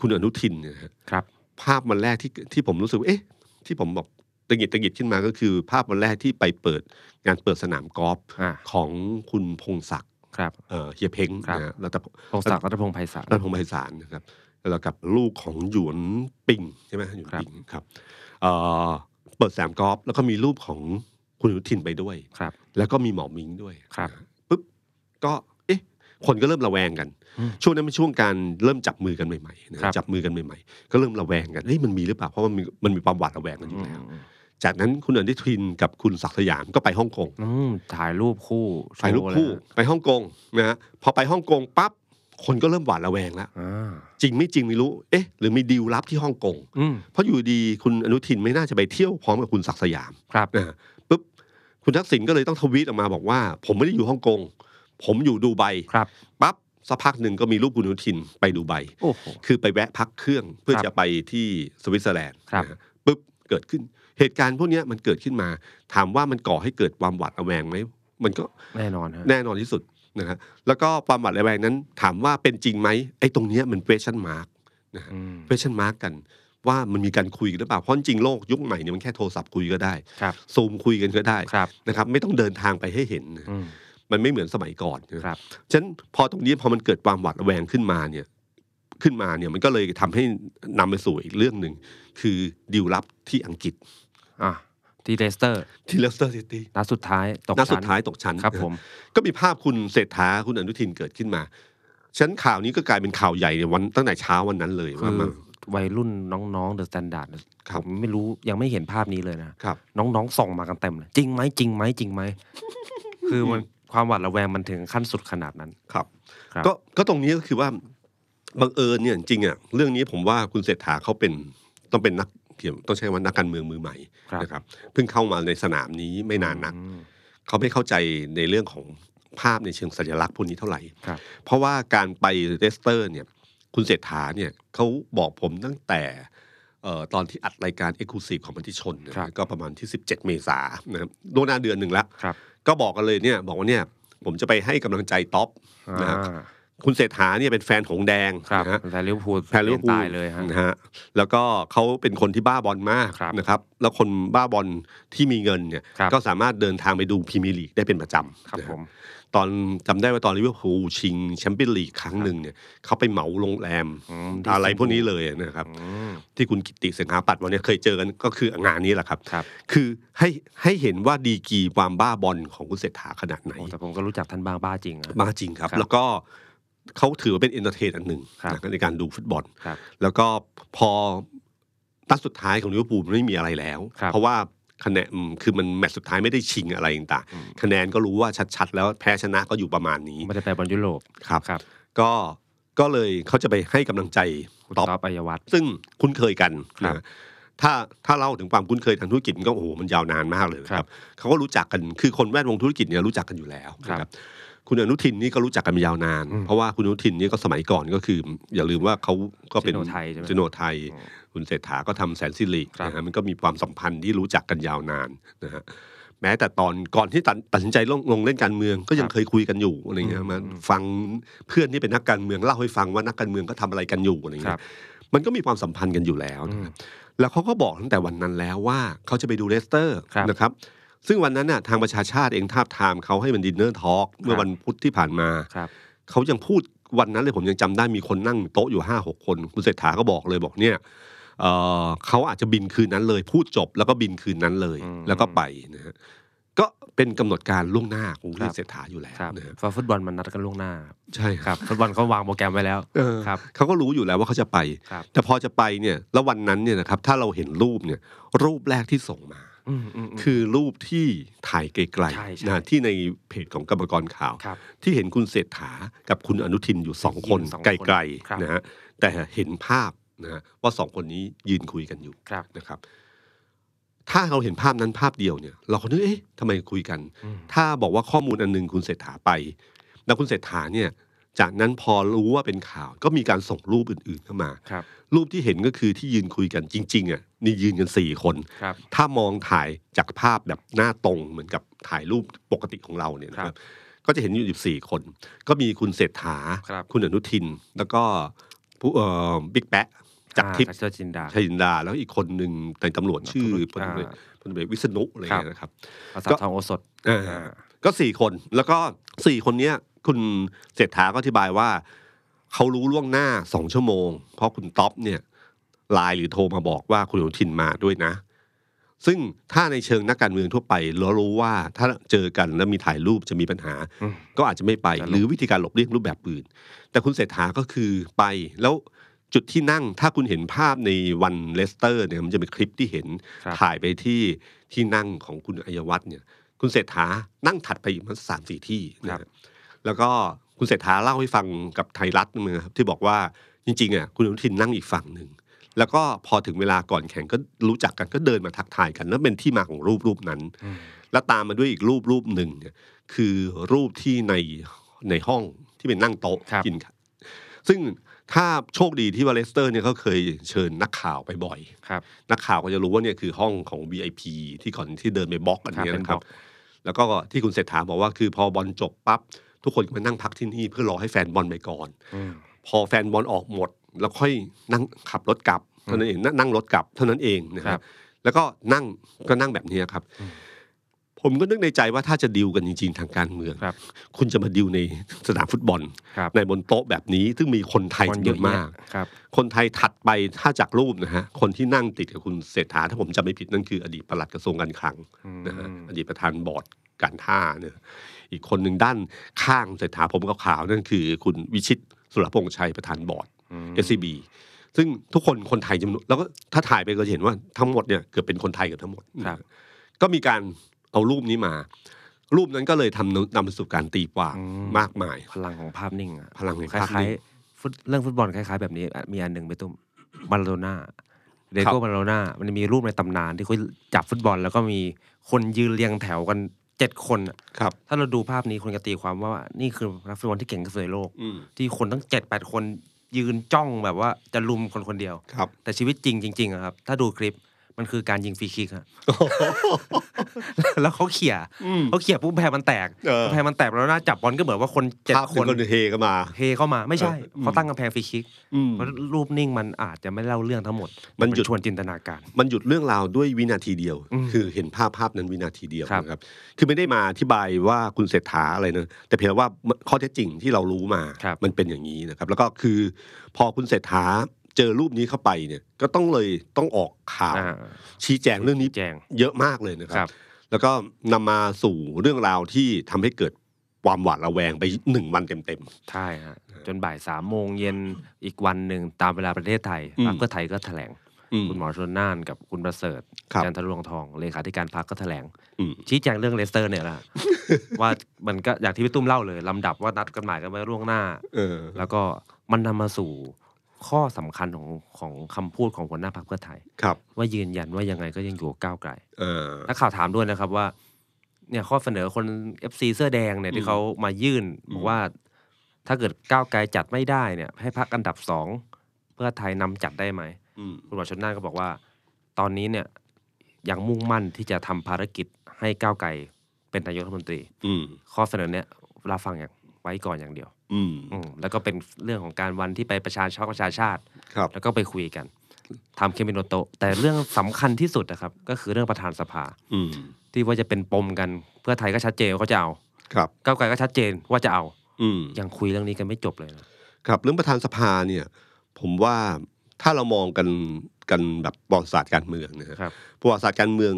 [SPEAKER 2] คุณอนุทินเนี่ยนะฮะ
[SPEAKER 3] ครับ
[SPEAKER 2] ภาพวันแรกที่ที่ผมรู้สึกว่าเอ๊ะ ที่ผมแบบตะหงิดตะหงิดขึ้นมาก็คือ ภาพวันแรกที่ไปเปิดงานเปิดสนามกอล์ฟ
[SPEAKER 3] อ่า
[SPEAKER 2] ของคุณพงศักดิ์
[SPEAKER 3] ครับ
[SPEAKER 2] เอ่อเฮียเพ้ง
[SPEAKER 3] ครับ
[SPEAKER 2] นะฮะแล้วแต่
[SPEAKER 3] พงศักดิ์รัตพงศ์ไพศาล
[SPEAKER 2] รัฐพงศ์ไพศาลนะครับแล้วกับลูกของหยวนปิงใช่ไหมหยวนปิงครับเอ่อเปิดแสมกอล์ฟแล้วก็มีรูปของคุณอนุทินไปด้วย
[SPEAKER 3] ครับ
[SPEAKER 2] แล้วก็มีหมอมิงด้วย
[SPEAKER 3] ครับ
[SPEAKER 2] นะปุ๊บก็เอ๊ะคนก็เริ่มระแวงกัน
[SPEAKER 3] อืม
[SPEAKER 2] ช่วงนั้นเป็นช่วงการเริ่มจับมือกันใหม่ๆนะครับ จับมือกันใหม่ๆ ก็เริ่มระแวงกันเฮ้ยมันมีหรือเปล่าเพราะมันมีมันมีความหวาดระแวงกันอยู่แล้วจากนั้นคุณอนุทินกับคุณศักดิ์สยามก็ไปฮ่องกง
[SPEAKER 3] อืมถ่ายรูปคู่โชว์
[SPEAKER 2] ไปรูปคู่
[SPEAKER 3] เยนะ
[SPEAKER 2] ไปฮ่องกงนะฮะพอไปฮ่องกงปั๊บคนก็เริ่มหวาดระแวงแล้ว
[SPEAKER 3] อ่า
[SPEAKER 2] จริงไม่จริงไม่รู้ เอ๊ะ หรือมีดีลลับที่ฮ่องกง
[SPEAKER 3] อืม
[SPEAKER 2] เพราะอยู่ดีคุณอนุทินไม่น่าจะไปเที่ยวพร้อมกับคุณศักดิ์สยาม
[SPEAKER 3] ครับ
[SPEAKER 2] นะฮะปุ๊บ คุณทักษิณก็เลยต้องทวีตออกมาบอกว่า ผมไม่ได้อยู่ฮ่องกง ผมอยู่ดูไบ
[SPEAKER 3] ครับ
[SPEAKER 2] ปั๊บสักพักหนึ่งก็มีรูปคุณอนุทินไปดูไบ
[SPEAKER 3] โอ้โห
[SPEAKER 2] คือไปแวะพักเครื่องเพื่อ
[SPEAKER 3] ครับ
[SPEAKER 2] จะไปที่สวิตเซอร์แลนด์
[SPEAKER 3] ครับ
[SPEAKER 2] นะฮะปุ๊บเกิดขึ้น เหตุการณ์พวกเนี้ยมันเกิดขึ้นมา ถามว่ามันก่อให้เกิดความหวาดระแวงไหมมันก็
[SPEAKER 3] แน่นอนฮะ
[SPEAKER 2] แน่นอนที่สุดนะฮะแล้วก็ความหวาดระแวงนั้นถามว่าเป็นจริงไหมไอ้ตรงเนี้ยมัน question mark นะฮะ
[SPEAKER 3] อืม
[SPEAKER 2] question mark กันว่ามันมีการคุยกันหรือเปล่า เพราะจริงๆโลกยุคใหม่เนี่ยมันแค่โทรศัพท์คุยก็ได้
[SPEAKER 3] ครับ
[SPEAKER 2] ซูมคุยกันก็ได้
[SPEAKER 3] ครับ
[SPEAKER 2] นะครับ ไม่ต้องเดินทางไปให้เห็นนะ
[SPEAKER 3] อืม
[SPEAKER 2] มันไม่เหมือนสมัยก่อนนะครับ ฉะนั้นพอตรงนี้พอมันเกิดความหวาดระแวงขึ้นมาเนี่ยขึ้นมาเนี่ยมันก็เลยทำให้นำไปสู่อีกเรื่องหนึ่งคือดีลลับที่อังกฤษ
[SPEAKER 3] อ่ะที่เลสเตอร์
[SPEAKER 2] ที่เลสเตอร์ซิตี้
[SPEAKER 3] นัดสุดท้ายตก
[SPEAKER 2] นัดสุ
[SPEAKER 3] ชั้
[SPEAKER 2] ด
[SPEAKER 3] น
[SPEAKER 2] ท้ายตกชั้น
[SPEAKER 3] ครับ
[SPEAKER 2] นะฮะ
[SPEAKER 3] ผม
[SPEAKER 2] ก็มีภาพคุณเศรษฐาคุณอนุทินเกิดขึ้นมาฉะนันข่าวนี้ก็กลายเป็นข่าวใหญ่ในวันตั้งแต่เช้าวันนั้นเลย
[SPEAKER 3] คื
[SPEAKER 2] ว่า
[SPEAKER 3] อ
[SPEAKER 2] มา
[SPEAKER 3] วัยรุ่นน้องๆเดอะสแตนดาร์ด
[SPEAKER 2] ครั
[SPEAKER 3] ผ
[SPEAKER 2] บ
[SPEAKER 3] มไม่รู้ยังไม่เห็นภาพนี้เลยนะ
[SPEAKER 2] ครับ
[SPEAKER 3] น้องๆส่องมากันเต็มเลยจริงไหมจริงไหมจริงไหม คือมัน ความหวาดระแวงมันถึงขั้นสุดขนาดนั้น
[SPEAKER 2] ครับ
[SPEAKER 3] ครับ
[SPEAKER 2] ก็ก็ตรงนี้ก็คือว่าบังเอิญเนี่ยจริงๆอ่ะเรื่องนี้ผมว่าคุณเศรษฐาเขาเป็นต้องเป็นนักเขียนต้องใช้คำว่านักการเมืองมือใหม่
[SPEAKER 3] ครับ
[SPEAKER 2] นะครับเพิ่งเข้ามาในสนามนี้ไม่นานนัก
[SPEAKER 3] อืม
[SPEAKER 2] เขาไม่เข้าใจในเรื่องของภาพในเชิงสัญลักษณ์พวกนี้เท่าไหร่
[SPEAKER 3] ครับ
[SPEAKER 2] เพราะว่าการไปเรสเตอร์เนี่ยคุณเศรษฐาเนี่ยเขาบอกผมตั้งแต่เอ่อตอนที่อัดรายการ e x c l u s i v e ของมติชนนะครับ ก็ประมาณที่ 17 เมษายนนะครับล่วงหน้าเดือนหนึ่งแล้ว
[SPEAKER 3] ครับ
[SPEAKER 2] ก็บอกกันเลยเนี่ยบอกว่าเนี่ยผมจะไปให้กำลังใจท็อป นะครับ
[SPEAKER 3] อ่า
[SPEAKER 2] คุณเศรษฐาเนี่ยเป็นแฟนของส์แดง
[SPEAKER 3] ครับ
[SPEAKER 2] นะฮะ
[SPEAKER 3] แต่ลิเวอร์พูล
[SPEAKER 2] แฟนลิเวอร์พูล
[SPEAKER 3] ตายเลยฮะ
[SPEAKER 2] นะฮะแล้วก็เขาเป็นคนที่บ้าบอลมาก
[SPEAKER 3] ครับ
[SPEAKER 2] นะครับ แล้วคนบ้าบอลที่มีเงินเนี่ย
[SPEAKER 3] ครับ
[SPEAKER 2] ก็สามารถเดินทางไปดูพรีเมียร์ลีกได้เป็นประจำ
[SPEAKER 3] ครับ
[SPEAKER 2] นะฮะ
[SPEAKER 3] ผม
[SPEAKER 2] ตอนจำได้ว่าตอนลิเวอร์พูลชิงแชมเปี้ยนลีกครั้งหนึ่งเนี่ยเขาไปเหมาโรงแรม
[SPEAKER 3] อืมที่
[SPEAKER 2] อะไรพวกนี้เลยนะครับ
[SPEAKER 3] อืม
[SPEAKER 2] ที่คุณกิติเสงหาปัดวันนี้เคยเจอกันก็คืองานนี้แหละครับ
[SPEAKER 3] ครับ
[SPEAKER 2] คือให้ให้เห็นว่าดีกรีความบ้าบอลของคุณเศรษฐาขนาดไหน
[SPEAKER 3] โอ้แต่ผมก็รู้จักท่านบางบ้าจริงอะ
[SPEAKER 2] บ้าจริงครับ
[SPEAKER 3] ครับ
[SPEAKER 2] แล้วก็เขาถือว่าเป็นเอนเตอร์เทนอันหนึ่ง
[SPEAKER 3] ครับ
[SPEAKER 2] นะครับในการดูฟุตบอล
[SPEAKER 3] ครับ
[SPEAKER 2] แล้วก็พอนัดสุดท้ายของลิเวอร์พูลมันไม่มีอะไรแล้ว
[SPEAKER 3] ครับ
[SPEAKER 2] เพราะว่าคะแนนอืมคือมันแมตช์สุดท้ายไม่ได้ชิงอะไรต่าง
[SPEAKER 3] อืม
[SPEAKER 2] ๆคะแนนก็รู้ว่าชัดๆ แล้วแพ้ชนะก็อยู่ประมาณนี้
[SPEAKER 3] ไม่ได้ไปบอลยุโรป
[SPEAKER 2] ครับ
[SPEAKER 3] ครับ
[SPEAKER 2] ก็ก็เลยเขาจะไปให้กำลังใจ
[SPEAKER 3] คุณ
[SPEAKER 2] ท็อป
[SPEAKER 3] ท็อปอัยวัฒน์
[SPEAKER 2] ซึ่งคุ้นเคยกัน
[SPEAKER 3] ครับ
[SPEAKER 2] นะถ้าถ้าเล่าถึงความคุ้นเคยทางธุรกิจมันก็โอ้โหมันยาวนานมากเลยนะค
[SPEAKER 3] ครั
[SPEAKER 2] รับบ เขาก็รู้จักกันคือคนแวดวงธุรกิจเนี่ยรู้จักกันอยู่แล้วนะครับ คุณอนุทินนี่ก็รู้จักกันมายาวนาน
[SPEAKER 3] อืม
[SPEAKER 2] เพราะว่าคุณอนุทินนี่ก็สมัยก่อนก็คือ อย่าลืมว่าเขาก็เป็น
[SPEAKER 3] จิโนไทยใช่ไหม
[SPEAKER 2] จิโนไทย คุณเศรษฐาก็ทำแสนสิริ
[SPEAKER 3] ครับ
[SPEAKER 2] นะฮะมันก็มีความสัมพันธ์ที่รู้จักกันยาวนานนะฮะแม้แต่ตอนก่อนที่ตัดตัดสินใจลงลงเล่นการเมืองก็ยังเคยคุยกันอยู่อะไรเงี้ยมาฟังเพื่อนที่เป็นนักการเมืองเล่าให้ฟังว่านักการเมืองก็ทำอะไรกันอยู่อะไร
[SPEAKER 3] ครั
[SPEAKER 2] เงี้
[SPEAKER 3] บ
[SPEAKER 2] ยมันก็มีความสัมพันธ์กันอยู่แล้ว
[SPEAKER 3] อื
[SPEAKER 2] นะ
[SPEAKER 3] ม
[SPEAKER 2] ครับแล้วเขาก็บอกตั้งแต่วันนั้นแล้วว่าเขาจะไปดูเลสเตอร์
[SPEAKER 3] ครับ
[SPEAKER 2] นะครับ ซึ่งวันนั้นน่ะทางประชาชาติเองทาบทามเขาให้มันดินเนอร์ทอล์กเมื่
[SPEAKER 3] ค
[SPEAKER 2] อ
[SPEAKER 3] รับ
[SPEAKER 2] วันพุธที่ผ่านมา
[SPEAKER 3] ครับ
[SPEAKER 2] เขายังพูดวันนั้นเลยผมยังจำได้มีคนนั่งโต๊ะอยู่ห้าหกคน คุณเศรษฐาก็บอกเลยบอกเนี่ยเอ่อเขาอาจจะบินคืนนั้นเลย พูดจบแล้วก็บินคืนนั้นเลย
[SPEAKER 3] อืม
[SPEAKER 2] แล้วก็ไปนะฮะก็เป็นกำหนดการล่วงหน้าของคุณเศรษฐาอยู่แล้ว
[SPEAKER 3] ครับ
[SPEAKER 2] นะฮะ
[SPEAKER 3] เพราะฟุตบอลมันนัดกันล่วงหน้า
[SPEAKER 2] ใช่
[SPEAKER 3] ครับฟุตบอลเขาวางโปรแกรมไว้ แล้ว
[SPEAKER 2] เออ
[SPEAKER 3] ครับ
[SPEAKER 2] เขาก็รู้อยู่แล้วว่าเขาจะไป
[SPEAKER 3] ครับ
[SPEAKER 2] แต่พอจะไปเนี่ยแล้ววันนั้นเนี่ยนะครับถ้าเราเห็นรูปเนี่ยรูปแรกที่ส่งมา
[SPEAKER 3] อืมอืมอืม
[SPEAKER 2] คือรูปที่ถ่ายไกล
[SPEAKER 3] ใช่ใช่
[SPEAKER 2] ๆนะที่ในเพจของกรรมกรข่าว
[SPEAKER 3] ครับ
[SPEAKER 2] ที่เห็นคุณเศรษฐากับคุณอนุทินอยู่สองคน
[SPEAKER 3] อยู่สองคน
[SPEAKER 2] ไกล
[SPEAKER 3] ครับ
[SPEAKER 2] ๆนะฮะแต่เห็นภาพนะฮะว่าสองคนนี้ยืนคุยกันอยู่
[SPEAKER 3] ครับ
[SPEAKER 2] นะครับ ถ้าเราเห็นภาพนั้นภาพเดียวเนี่ย เราก็นึกเอ๊ะทำไมคุยกัน
[SPEAKER 3] อืม
[SPEAKER 2] ถ้าบอกว่าข้อมูลอันหนึงคุณเศรษฐาไป แล้วคุณเศรษฐาเนี่ย จากนั้นพอรู้ว่าเป็นข่าว ก็มีการส่งรูปอื่นๆเข้ามา
[SPEAKER 3] ครับ
[SPEAKER 2] รูปที่เห็นก็คือที่ยืนคุยกันจริงๆอ่ะนี่ยืนกันสี่คน
[SPEAKER 3] ครับ
[SPEAKER 2] ถ้ามองถ่ายจากภาพแบบหน้าตรงเหมือนกับถ่ายรูปปกติของเราเนี่ยนะค
[SPEAKER 3] ครั
[SPEAKER 2] รั
[SPEAKER 3] บบ
[SPEAKER 2] ก็จะเห็นอยู่ 14 คน ก็มีคุณเศรษฐา
[SPEAKER 3] ครับ
[SPEAKER 2] ณอนุทิน แล้วก็ผู้เอ่อบิ๊กแปะจากรทิพ
[SPEAKER 3] อ่
[SPEAKER 2] ย์
[SPEAKER 3] จากเจ้าจินดา
[SPEAKER 2] ชัยจินดา แล้วอีกคนหนึ่งในตำรวจชื่อพล
[SPEAKER 3] อ่า
[SPEAKER 2] ตำรวจพลตำรวจวิษณุอะไร
[SPEAKER 3] ครับ
[SPEAKER 2] เงี้ยนะครับ
[SPEAKER 3] อาสาทองโอสถ
[SPEAKER 2] อ่า
[SPEAKER 3] อ่า
[SPEAKER 2] ก็สี่คนแล้วก็สี่คนเนี้ยคุณเศรษฐาก็อธิบายว่าเขารู้ล่วงหน้าสองชั่วโมง เพราะคุณต๊อปเนี่ยไลน์หรือโทรมาบอกว่าคุณอนุทินมาด้วยนะ ซึ่งถ้าในเชิงนักการเมืองทั่วไปเรารู้ว่าถ้าเจอกันแล้วมีถ่ายรูปจะมีปัญหา
[SPEAKER 3] อืม
[SPEAKER 2] ก็อาจจะไม่ไป
[SPEAKER 3] จะหลบ
[SPEAKER 2] หรือวิธีการหลบเลี่ยงรูปแบบอื่น แต่คุณเศรษฐาก็คือไป แล้วจุดที่นั่งถ้าคุณเห็นภาพในวันเลสเตอร์เนี่ยมันจะเป็นคลิปที่เห็น
[SPEAKER 3] ครับ
[SPEAKER 2] ถ่ายไปที่ที่นั่งของคุณอัยวัฒน์เนี่ย คุณเศรษฐานั่งถัดไปอีกมันสามสี่ที่นะ
[SPEAKER 3] ครั
[SPEAKER 2] ฮะ
[SPEAKER 3] บ
[SPEAKER 2] แล้วก็คุณเศรษฐาเล่าให้ฟังกับไทยรัฐมือครับที่บอกว่าจริงๆอ่ะคุณอนุทินนั่งอีกฝั่งหนึ่ง แล้วก็พอถึงเวลาก่อนแข่งก็รู้จักกันก็เดินมาทักทายกันแล้วเป็นที่มาของรูปรูปนั้น
[SPEAKER 3] อืม
[SPEAKER 2] แล้วตามมาด้วยอีกรูปรูปหนึ่งเนี่ยคือรูปที่ในในห้องที่เป็นนั่งโต๊ะกินข้าวซึ่งถ้าโชคดีที่ว่าเลสเตอร์เนี่ยเขาเคยเชิญนักข่าวไปบ่อย
[SPEAKER 3] ครับ
[SPEAKER 2] นักข่าวก็จะรู้ว่าเนี่ยคือห้องของ VIP ที่ก่อนที่เดินไปบล็อกอันเนี้ย
[SPEAKER 3] ครับเป็น
[SPEAKER 2] นะ
[SPEAKER 3] บ
[SPEAKER 2] ค
[SPEAKER 3] ล็
[SPEAKER 2] รั
[SPEAKER 3] อบ ก
[SPEAKER 2] แล้วก็ที่คุณเศรษฐาบอกว่าคือพอบอลจบปั๊บทุกคนก็มานั่งพักที่นี่เพื่อรอให้แฟนบอลไปก่อน
[SPEAKER 3] อืม
[SPEAKER 2] พอแฟนบอลออกหมด แล้วค่อยนั่งขับรถกลับเท่านั้นเองนั่งนั่งรถกลับเท่านั้นเองนะค
[SPEAKER 3] ครั
[SPEAKER 2] รั
[SPEAKER 3] บบ
[SPEAKER 2] แล้วก็นั่งก็นั่งแบบนี้ครับ ผมก็นึกในใจว่าถ้าจะดิวกันจริง ๆ ทางการเมือง
[SPEAKER 3] ครับ
[SPEAKER 2] คุณจะมาดิวในสนามฟุตบอล
[SPEAKER 3] ครับ
[SPEAKER 2] ในบนโต๊ะแบบนี้ซึ่งมีคนไทย
[SPEAKER 3] คน
[SPEAKER 2] จำ
[SPEAKER 3] เย
[SPEAKER 2] นว
[SPEAKER 3] อะ
[SPEAKER 2] นมาก
[SPEAKER 3] แยะครับ
[SPEAKER 2] คนไทยถัดไปถ้าจากรูปนะฮะคนที่นั่งติดกับคุณเศรษฐาถ้าผมจำไม่ผิดนั่นคืออดีตปลัดกระทรวงการคลังนะฮะ
[SPEAKER 3] อืม
[SPEAKER 2] อดีตประธานบอร์ดการท่าเนี่ยอีกคนหนึ่งด้านข้างเศรษฐาผมขาวๆนั่นคือ คุณวิชิตสุรพงษ์ชัยประธานบอร์ด
[SPEAKER 3] อืม
[SPEAKER 2] SCB ซึ่งทุกคนคนไทยจำนวนแล้วก็ถ้าถ่ายไปก็จะเห็นว่าทั้งหมดเนี่ยเกือบเป็นคนไทยเกือบทั้งหมด
[SPEAKER 3] ครับ
[SPEAKER 2] ก็มีการเอารูปนี้มา รูปนั้นก็เลยทำนำนำไปสู่การตีความ
[SPEAKER 3] อืม
[SPEAKER 2] มากมาย
[SPEAKER 3] พลังของภาพนิ่งอะ
[SPEAKER 2] พลังของ
[SPEAKER 3] คล้
[SPEAKER 2] ภาพนิ่
[SPEAKER 3] าย
[SPEAKER 2] ง
[SPEAKER 3] ๆฟุตเรื่องฟุตบอลคล้ายๆ แบบนี้อะมีอันหนึ่งไปตุ้มมาโดน่าเดโก้มาโดน่ามันมีรูปในตำนานที่เขาจับฟุตบอล แล้วก็มีคนยืนเรียงแถวกันเจ็ดคนอะ
[SPEAKER 2] ครับ
[SPEAKER 3] ถ้าเราดูภาพนี้คนจะตีความว่านี่คือนักฟุตบอลที่เก่งที่สุดในโลก
[SPEAKER 2] อืม
[SPEAKER 3] ที่คนทั้งเจ็ดแปดคนยืนจ้องแบบว่าจะลุมคนคนเดียว
[SPEAKER 2] ครับ
[SPEAKER 3] แต่ชีวิตจริงจริงๆอะครับ ถ้าดูคลิปมันคือการยิงฟรีคิกฮะ แล้วเขาเขี่ย
[SPEAKER 2] อืม
[SPEAKER 3] เขาเขี่ยปุ๊บแพรมันแตก
[SPEAKER 2] เออ
[SPEAKER 3] แพรมันแตกแล้วหน้าจับบอลก็เหมือนว่าคนเจ็ด
[SPEAKER 2] ภาพ
[SPEAKER 3] ค
[SPEAKER 2] เป็น
[SPEAKER 3] น
[SPEAKER 2] คนเฮกันมา
[SPEAKER 3] เฮเข้ามาไม่ใช่
[SPEAKER 2] เอออืม
[SPEAKER 3] เขาตั้งกำแพงฟรีคิก
[SPEAKER 2] อืม
[SPEAKER 3] เพราะรูปนิ่งมันอาจจะไม่เล่าเรื่องทั้งหมดแต่
[SPEAKER 2] มันหยุด
[SPEAKER 3] ชวนจินตนาการ
[SPEAKER 2] มันหยุดเรื่องราวด้วยวินาทีเดียว
[SPEAKER 3] อืม
[SPEAKER 2] คือเห็นภาพภาพนั้นวินาทีเดียว
[SPEAKER 3] ครับ
[SPEAKER 2] นะครับ คือไม่ได้มาอธิบายว่าคุณเศรษฐาอะไรนะแต่เพียงว่าข้อเท็จจริงที่เรารู้มา
[SPEAKER 3] ครับ
[SPEAKER 2] มันเป็นอย่างนี้นะครับ แล้วก็คือพอคุณเศรษฐาเจอรูปนี้เข้าไปเนี่ย ก็ต้องเลยต้องออกข่าว
[SPEAKER 3] อ่า
[SPEAKER 2] ชี้แจงเรื่องนี้
[SPEAKER 3] แจง
[SPEAKER 2] เยอะมากเลยนะค
[SPEAKER 3] ครั
[SPEAKER 2] รับ
[SPEAKER 3] บ
[SPEAKER 2] แล้วก็นำมาสู่เรื่องราวที่ทำให้เกิดความหวาดระแวงไปหนึ่งวันเต็ม
[SPEAKER 3] ใช่ฮะจนบ่ายสามโมงเย็นอีกวันหนึ่งตามเวลาประเทศไทย
[SPEAKER 2] อืม
[SPEAKER 3] พรรคเพื่อไทยก็แถลง
[SPEAKER 2] ๆอืม
[SPEAKER 3] คุณหมอชนน่านกับคุณประเสริฐ
[SPEAKER 2] ครับ
[SPEAKER 3] จันทรุลวงทองเลขาธิการพรรคก็แถลง
[SPEAKER 2] อืม
[SPEAKER 3] ชี้แจงเรื่องเลสเตอร์เนี่ ยแหละ ว่ามันก็อย่างที่พี่ตุ้มเล่าเลยลำดับว่านัดกันหมายกันไว้ล่วงหน้า
[SPEAKER 2] เออ
[SPEAKER 3] แล้วก็มันนำมาสู่ข้อสำคัญของของคำพูดของหัวหน้าพรรคเพื่อไทย
[SPEAKER 2] ครับ
[SPEAKER 3] ว่ายืนยันว่ายังไงก็ยังอยู่กับก้าวไกล
[SPEAKER 2] เออ
[SPEAKER 3] นักข่าวถามด้วยนะครับว่า เนี่ยข้อเสนอคน FC เสื้อแดงเนี่ยที่เขามายื่น
[SPEAKER 2] อืม
[SPEAKER 3] บอกว่าถ้าเกิดก้าวไกลจัดไม่ได้เนี่ย ให้พรรคอันดับสองเพื่อไทยนำจัดได้ไหม
[SPEAKER 2] อืม
[SPEAKER 3] คุณหมอชนน่านก็บอกว่า ตอนนี้เนี่ยยังมุ่งมั่นที่จะทำภารกิจให้ก้าวไกลเป็นนายกรัฐมนตรี
[SPEAKER 2] อืม
[SPEAKER 3] ข้อเสนอเนี่ยรับฟังอย่างไว้ก่อนอย่างเดียว
[SPEAKER 2] อืม
[SPEAKER 3] อืมแล้วก็เป็นเรื่องของการวันที่ไปประชาชาติประชาชาติ
[SPEAKER 2] ครับ
[SPEAKER 3] แล้วก็ไปคุยกันทำเคมิโนโตะแต่เรื่องสำคัญที่สุดนะครับ ก็คือเรื่องประธานสภา
[SPEAKER 2] อืม
[SPEAKER 3] ที่ว่าจะเป็นปมกันเพื่อไทยก็ชัดเจนว่าเขาจะเอา
[SPEAKER 2] ครับ
[SPEAKER 3] ก้าวไกลก็ชัดเจนว่าจะเอา
[SPEAKER 2] อืม
[SPEAKER 3] ยังคุยเรื่องนี้กันไม่จบเลยนะครับ
[SPEAKER 2] เรื่องประธานสภาเนี่ย ผมว่าถ้าเรามองกันกันแบบประวัติศาสตร์การเมืองนะฮะ
[SPEAKER 3] ครับ
[SPEAKER 2] ประวัติศาสตร์การเมือง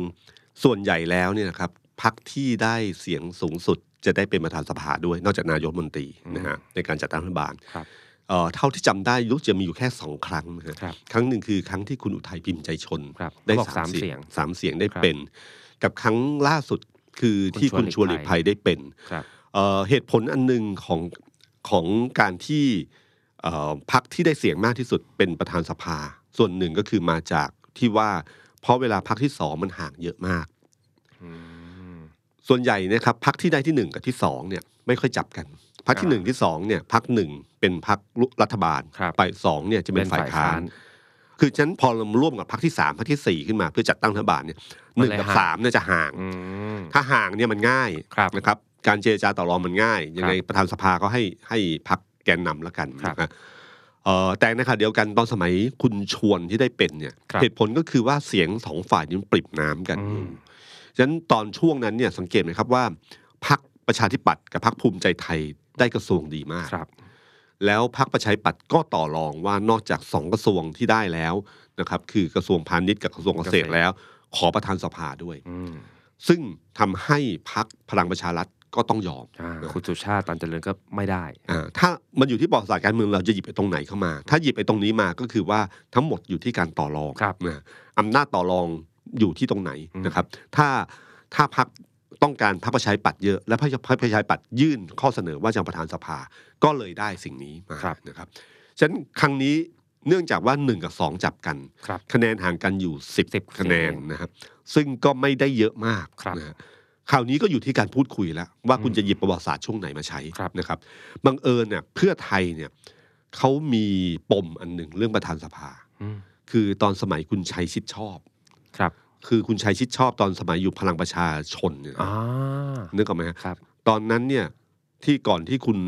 [SPEAKER 2] ส่วนใหญ่แล้วเนี่ยนะครับพักที่ได้เสียงสูงสุดจะได้เป็นประธานสภาด้วยนอกจากนายกรัฐมนตรีนะฮะในการจัดตั้งรัฐบาล
[SPEAKER 3] ครับ
[SPEAKER 2] เอ่อเท่าที่จำได้รู้จะมีอยู่แค่สองครั้งนะฮะ
[SPEAKER 3] ครับ
[SPEAKER 2] ครั้งหนึ่งคือครั้งที่คุณอุทัยพิมพ์ใจชน
[SPEAKER 3] ครับ
[SPEAKER 2] ได้
[SPEAKER 3] เขาบอก
[SPEAKER 2] สาม
[SPEAKER 3] สาม
[SPEAKER 2] เสียง
[SPEAKER 3] เสียง
[SPEAKER 2] สามเสียงได้
[SPEAKER 3] ครับ
[SPEAKER 2] เป็น กับครั้งล่าสุดคือที่
[SPEAKER 3] คุ
[SPEAKER 2] คุณ
[SPEAKER 3] ณ
[SPEAKER 2] ช
[SPEAKER 3] ช
[SPEAKER 2] ว
[SPEAKER 3] วน น
[SPEAKER 2] ห
[SPEAKER 3] หลี
[SPEAKER 2] ลีก
[SPEAKER 3] กภั
[SPEAKER 2] ภัย
[SPEAKER 3] ย
[SPEAKER 2] ได้เป็น
[SPEAKER 3] ครับ
[SPEAKER 2] เอ่อเหตุผลอันหนึ่งของของการที่เอ่อพรรคที่ได้เสียงมากที่สุดเป็นประธานสภา ส่วนหนึ่งก็คือมาจากที่ว่าเพราะเวลาพรรคที่สองมันห่างเยอะมาก ส่วนใหญ่นะครับพรรคที่ได้ที่หนึ่งกับที่สองเนี่ยไม่ค่อยจับกันพรรคที่
[SPEAKER 3] อ่า
[SPEAKER 2] หนึ่งที่สองเนี่ยพรรคหนึ่งเป็นพรรครัฐบาล
[SPEAKER 3] ครับ
[SPEAKER 2] ฝ่ายสองเนี่ยจะเป็นฝ่ายค้าน คือฉะนันพอเราร่วมกับพรรคที่สามพรรคที่สี่ขึ้นมาเพื่อจัดตั้งรัฐบาลเนี่ยหนึ่งกับสามเนี่ยจะห่าง
[SPEAKER 3] อืม
[SPEAKER 2] ถ้าห่างเนี่ยมันง่าย
[SPEAKER 3] ครับ
[SPEAKER 2] นะครับการเจรจาต่อรองมันง่าย ยังไงประธานสภาก็ให้ให้พักแกนนำแล้วกัน
[SPEAKER 3] ครับ
[SPEAKER 2] นะฮะเอ่อแต่ในขณะเดียวกันตอนสมัยคุณชวนที่ได้เป็นเนี่ย
[SPEAKER 3] ครับ
[SPEAKER 2] เหตุผลก็คือว่าเสียงสองฝ่ายนี้มันปริบน้ำกัน
[SPEAKER 3] อืม
[SPEAKER 2] ฉะนั้นตอนช่วงนั้นเนี่ยสังเกตไหมครับว่าพักประชาธิปัตย์กับพักภูมิใจไทยได้กระทรวงดีมาก
[SPEAKER 3] ครับ
[SPEAKER 2] แล้วพักประชาธิปัตย์ก็ต่อรองว่านอกจากสองกระทรวงที่ได้แล้วนะครับคือกระทรวงพาณิชย์กับกระทรวงเกษตร
[SPEAKER 3] เกษตร
[SPEAKER 2] แล้ว ขอประธานสภาด้วย
[SPEAKER 3] อืม
[SPEAKER 2] ซึ่งทำให้พักพลังประชารัฐก็ต้องยอม
[SPEAKER 3] อ่าคุณสุชาติตันเจริญก็ไม่ได้
[SPEAKER 2] อ่าถ้ามันอยู่ที่บอดศาสตร์การเมืองเราจะหยิบไปตรงไหนเข้ามา ถ้าหยิบไปตรงนี้มาก็คือว่าทั้งหมดอยู่ที่การต่อรอง
[SPEAKER 3] ครับ
[SPEAKER 2] นะอำนาจต่อรองอยู่ที่ตรงไหน
[SPEAKER 3] อืม
[SPEAKER 2] นะครับ ถ้าถ้าพักต้องการพักประชาธิปัตย์เยอะและพักประชาธิปัตย์ยื่นข้อเสนอว่าจะเป็นประธานสภาก็เลยได้สิ่งนี้มานะครับฉะนั้นครั้งนี้เนื่องจากว่าหนึ่งกับสองจับกัน
[SPEAKER 3] ครับ
[SPEAKER 2] คะแนนห่างกันอยู่ 10
[SPEAKER 3] 10
[SPEAKER 2] คะแนนนะครับซึ่งก็ไม่ได้เยอะมาก
[SPEAKER 3] ครับ
[SPEAKER 2] นะฮะคราวนี้ก็อยู่ที่การพูดคุยแล้ว ว่าคุณ
[SPEAKER 3] อืม
[SPEAKER 2] จะหยิบประวัติศาสตร์ช่วงไหนมาใช้
[SPEAKER 3] ครับ
[SPEAKER 2] นะครับบังเอิญเนี่ยเพื่อไทยเนี่ยเขามีปมอันหนึ่งเรื่องประธานสภา
[SPEAKER 3] อืม
[SPEAKER 2] คือตอนสมัยคุณชัยชิดชอบ
[SPEAKER 3] ครับ
[SPEAKER 2] คือคุณชัยชิดชอบตอนสมัยอยู่พลังประชาชนเนี่ยนะ
[SPEAKER 3] อ่า
[SPEAKER 2] นึกออกไหมฮะ
[SPEAKER 3] ครับ
[SPEAKER 2] ตอนนั้นเนี่ยที่ก่อนที่คุณ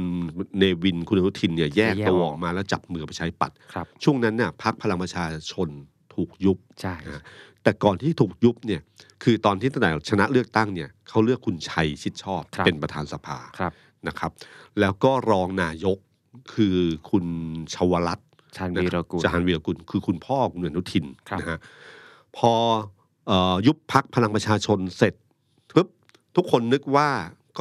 [SPEAKER 2] เนวินคุณอนุทินเนี่ยแยก
[SPEAKER 3] แยก
[SPEAKER 2] ตัว
[SPEAKER 3] ออก
[SPEAKER 2] ออกมาแล้วจับมือไปใช้ปัด
[SPEAKER 3] ครับ
[SPEAKER 2] ช่วงนั้นน่ะพักพลังประชาชนถูกยุบ
[SPEAKER 3] ใช่
[SPEAKER 2] นะ แต่ก่อนที่ถูกยุบเนี่ยคือตอนที่ตั้งแต่ชนะเลือกตั้งเนี่ยเขาเลือกคุณชัยชิดชอบ เป็นประธานสภา
[SPEAKER 3] ครับ
[SPEAKER 2] นะครับ แล้วก็รองนายกคือคุณชวรัตน์
[SPEAKER 3] ชาญ
[SPEAKER 2] นะ
[SPEAKER 3] วี
[SPEAKER 2] ค
[SPEAKER 3] ร
[SPEAKER 2] รับ
[SPEAKER 3] กุล
[SPEAKER 2] จาหันวีรกุลคือคุณพ่อคุณอนุทิน
[SPEAKER 3] ครับ
[SPEAKER 2] นะฮะพอเอ่อยุบพักพลังประชาชนเสร็จปุ๊บทุกคนนึกว่า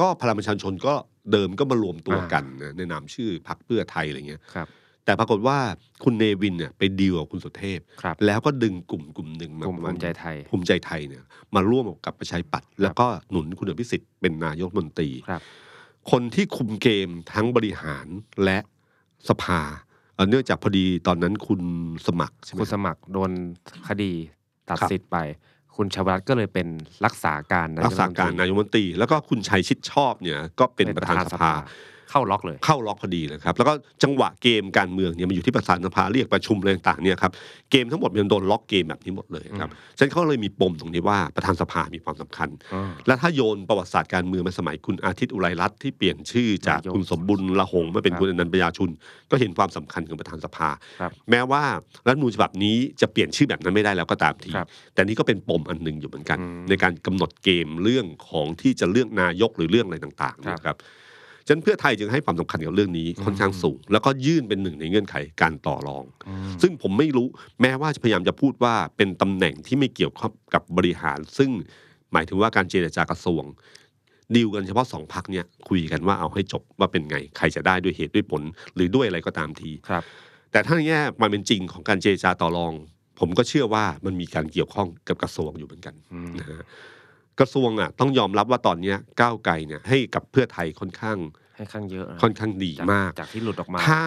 [SPEAKER 2] ก็พลังประชาชนก็เดิมก็มารวมตัวกันนะในนามชื่อพักเพื่อไทยอะไรเงี้ย
[SPEAKER 3] ครับ
[SPEAKER 2] แต่ปรากฏว่าคุณเนวินเนี่ยไปดีลกับคุณสุเทพ
[SPEAKER 3] ครับ
[SPEAKER 2] แล้วก็ดึงกลุ่มกลุ่มหนึ่งมาก
[SPEAKER 3] ลุ่ม
[SPEAKER 2] ประ
[SPEAKER 3] ภู
[SPEAKER 2] มาณ
[SPEAKER 3] มิใจไทย
[SPEAKER 2] ภูมิใจไทยเนี่ยมาร่วมกับประชาธิปัตย์แล้วก็หนุนคุณอภิสิทธิ์เป็นนายกรัฐมนตรี
[SPEAKER 3] ครับ
[SPEAKER 2] คนที่คุมเกมทั้งบริหารและสภาเอ่อเนื่องจากพอดีตอนนั้นคุณสมัครใช่ไหม
[SPEAKER 3] คุณ
[SPEAKER 2] ค
[SPEAKER 3] ส
[SPEAKER 2] รับ
[SPEAKER 3] มัครโดนคดีตัด
[SPEAKER 2] ครับ
[SPEAKER 3] สิทธิ์ไป คุณชวรัตน์ก็เลยเป็นรักษาการนย
[SPEAKER 2] รักษาการนายกรัฐมนตรี แล้วก็คุณชัยชิดชอบเนี่ยก็เป็นประธานสภา
[SPEAKER 3] เข้าล็อกเลย
[SPEAKER 2] เข้าล็อกพอดีนะครับ แล้วก็จังหวะเกมการเมืองเนี่ยมันอยู่ที่ประธานสภาเรียกประชุมอะไรต่างๆเนี่ยครับเกมทั้งหมดมันโดนล็อกเกมแบบนี้หมดเลยนะครับฉะนันเขาเลยมีปมตรงนี้ว่าประธานสภามีความสำคัญ
[SPEAKER 3] อ่า
[SPEAKER 2] และถ้าโยนประวัติศาสตร์การเมืองมาสมัยคุณอาทิตย์อุไรรัตน์ที่เปลี่ยนชื่อจาก
[SPEAKER 3] นายก
[SPEAKER 2] คุณสมบุญละหงมาเป็น
[SPEAKER 3] ครับ
[SPEAKER 2] คุณอนันต์ประยาชุน ก็เห็นความสำคัญของประธานสภา
[SPEAKER 3] ครับ
[SPEAKER 2] แม้ว่ารัฐธรรมนูญฉบับนี้จะเปลี่ยนชื่อแบบนั้นไม่ได้แล้วก็ตามที
[SPEAKER 3] ครับ
[SPEAKER 2] แต่นี่ก็เป็นปมอันหนึ่งอยู่เหมือนกัน
[SPEAKER 3] อืม
[SPEAKER 2] ในการกำหนดเกมเรื่องของที่จะเลือกนายกหรือเรื่องอะไรต่างๆ
[SPEAKER 3] ครับ
[SPEAKER 2] นะครับฉะนันเพื่อไทยจึงให้ความสำคัญกับเรื่องนี้ค่อนข้างสูง แล้วก็ยื่นเป็นหนึ่งในเงื่อนไขการต่อรอง
[SPEAKER 3] อืม
[SPEAKER 2] ซึ่งผมไม่รู้แม้ว่าจะพยายามจะพูดว่าเป็นตำแหน่งที่ไม่เกี่ยวข้องกับบริหาร ซึ่งหมายถึงว่าการเจรจากระทรวงดีลกันเฉพาะสองพักเนี่ยคุยกันว่าเอาให้จบว่าเป็นไง ใครจะได้ด้วยเหตุด้วยผล หรือด้วยอะไรก็ตามที
[SPEAKER 3] ครับ
[SPEAKER 2] แต่ถ้าในแง่มันเป็นจริงของการเจรจาต่อรอง ผมก็เชื่อว่ามันมีการเกี่ยวข้องกับกระทรวงอยู่เหมือนกัน
[SPEAKER 3] อืม
[SPEAKER 2] นะฮะกระทรวงอ่ะต้องยอมรับว่าตอนเนี้ยก้าวไกลเนี่ยให้กับเพื่อไทยค่อนข้าง
[SPEAKER 3] ให้ข้างเยอะนะ
[SPEAKER 2] ค่อนข้างดี
[SPEAKER 3] จ
[SPEAKER 2] มาก
[SPEAKER 3] จากที่หลุดออกมา
[SPEAKER 2] ถ้า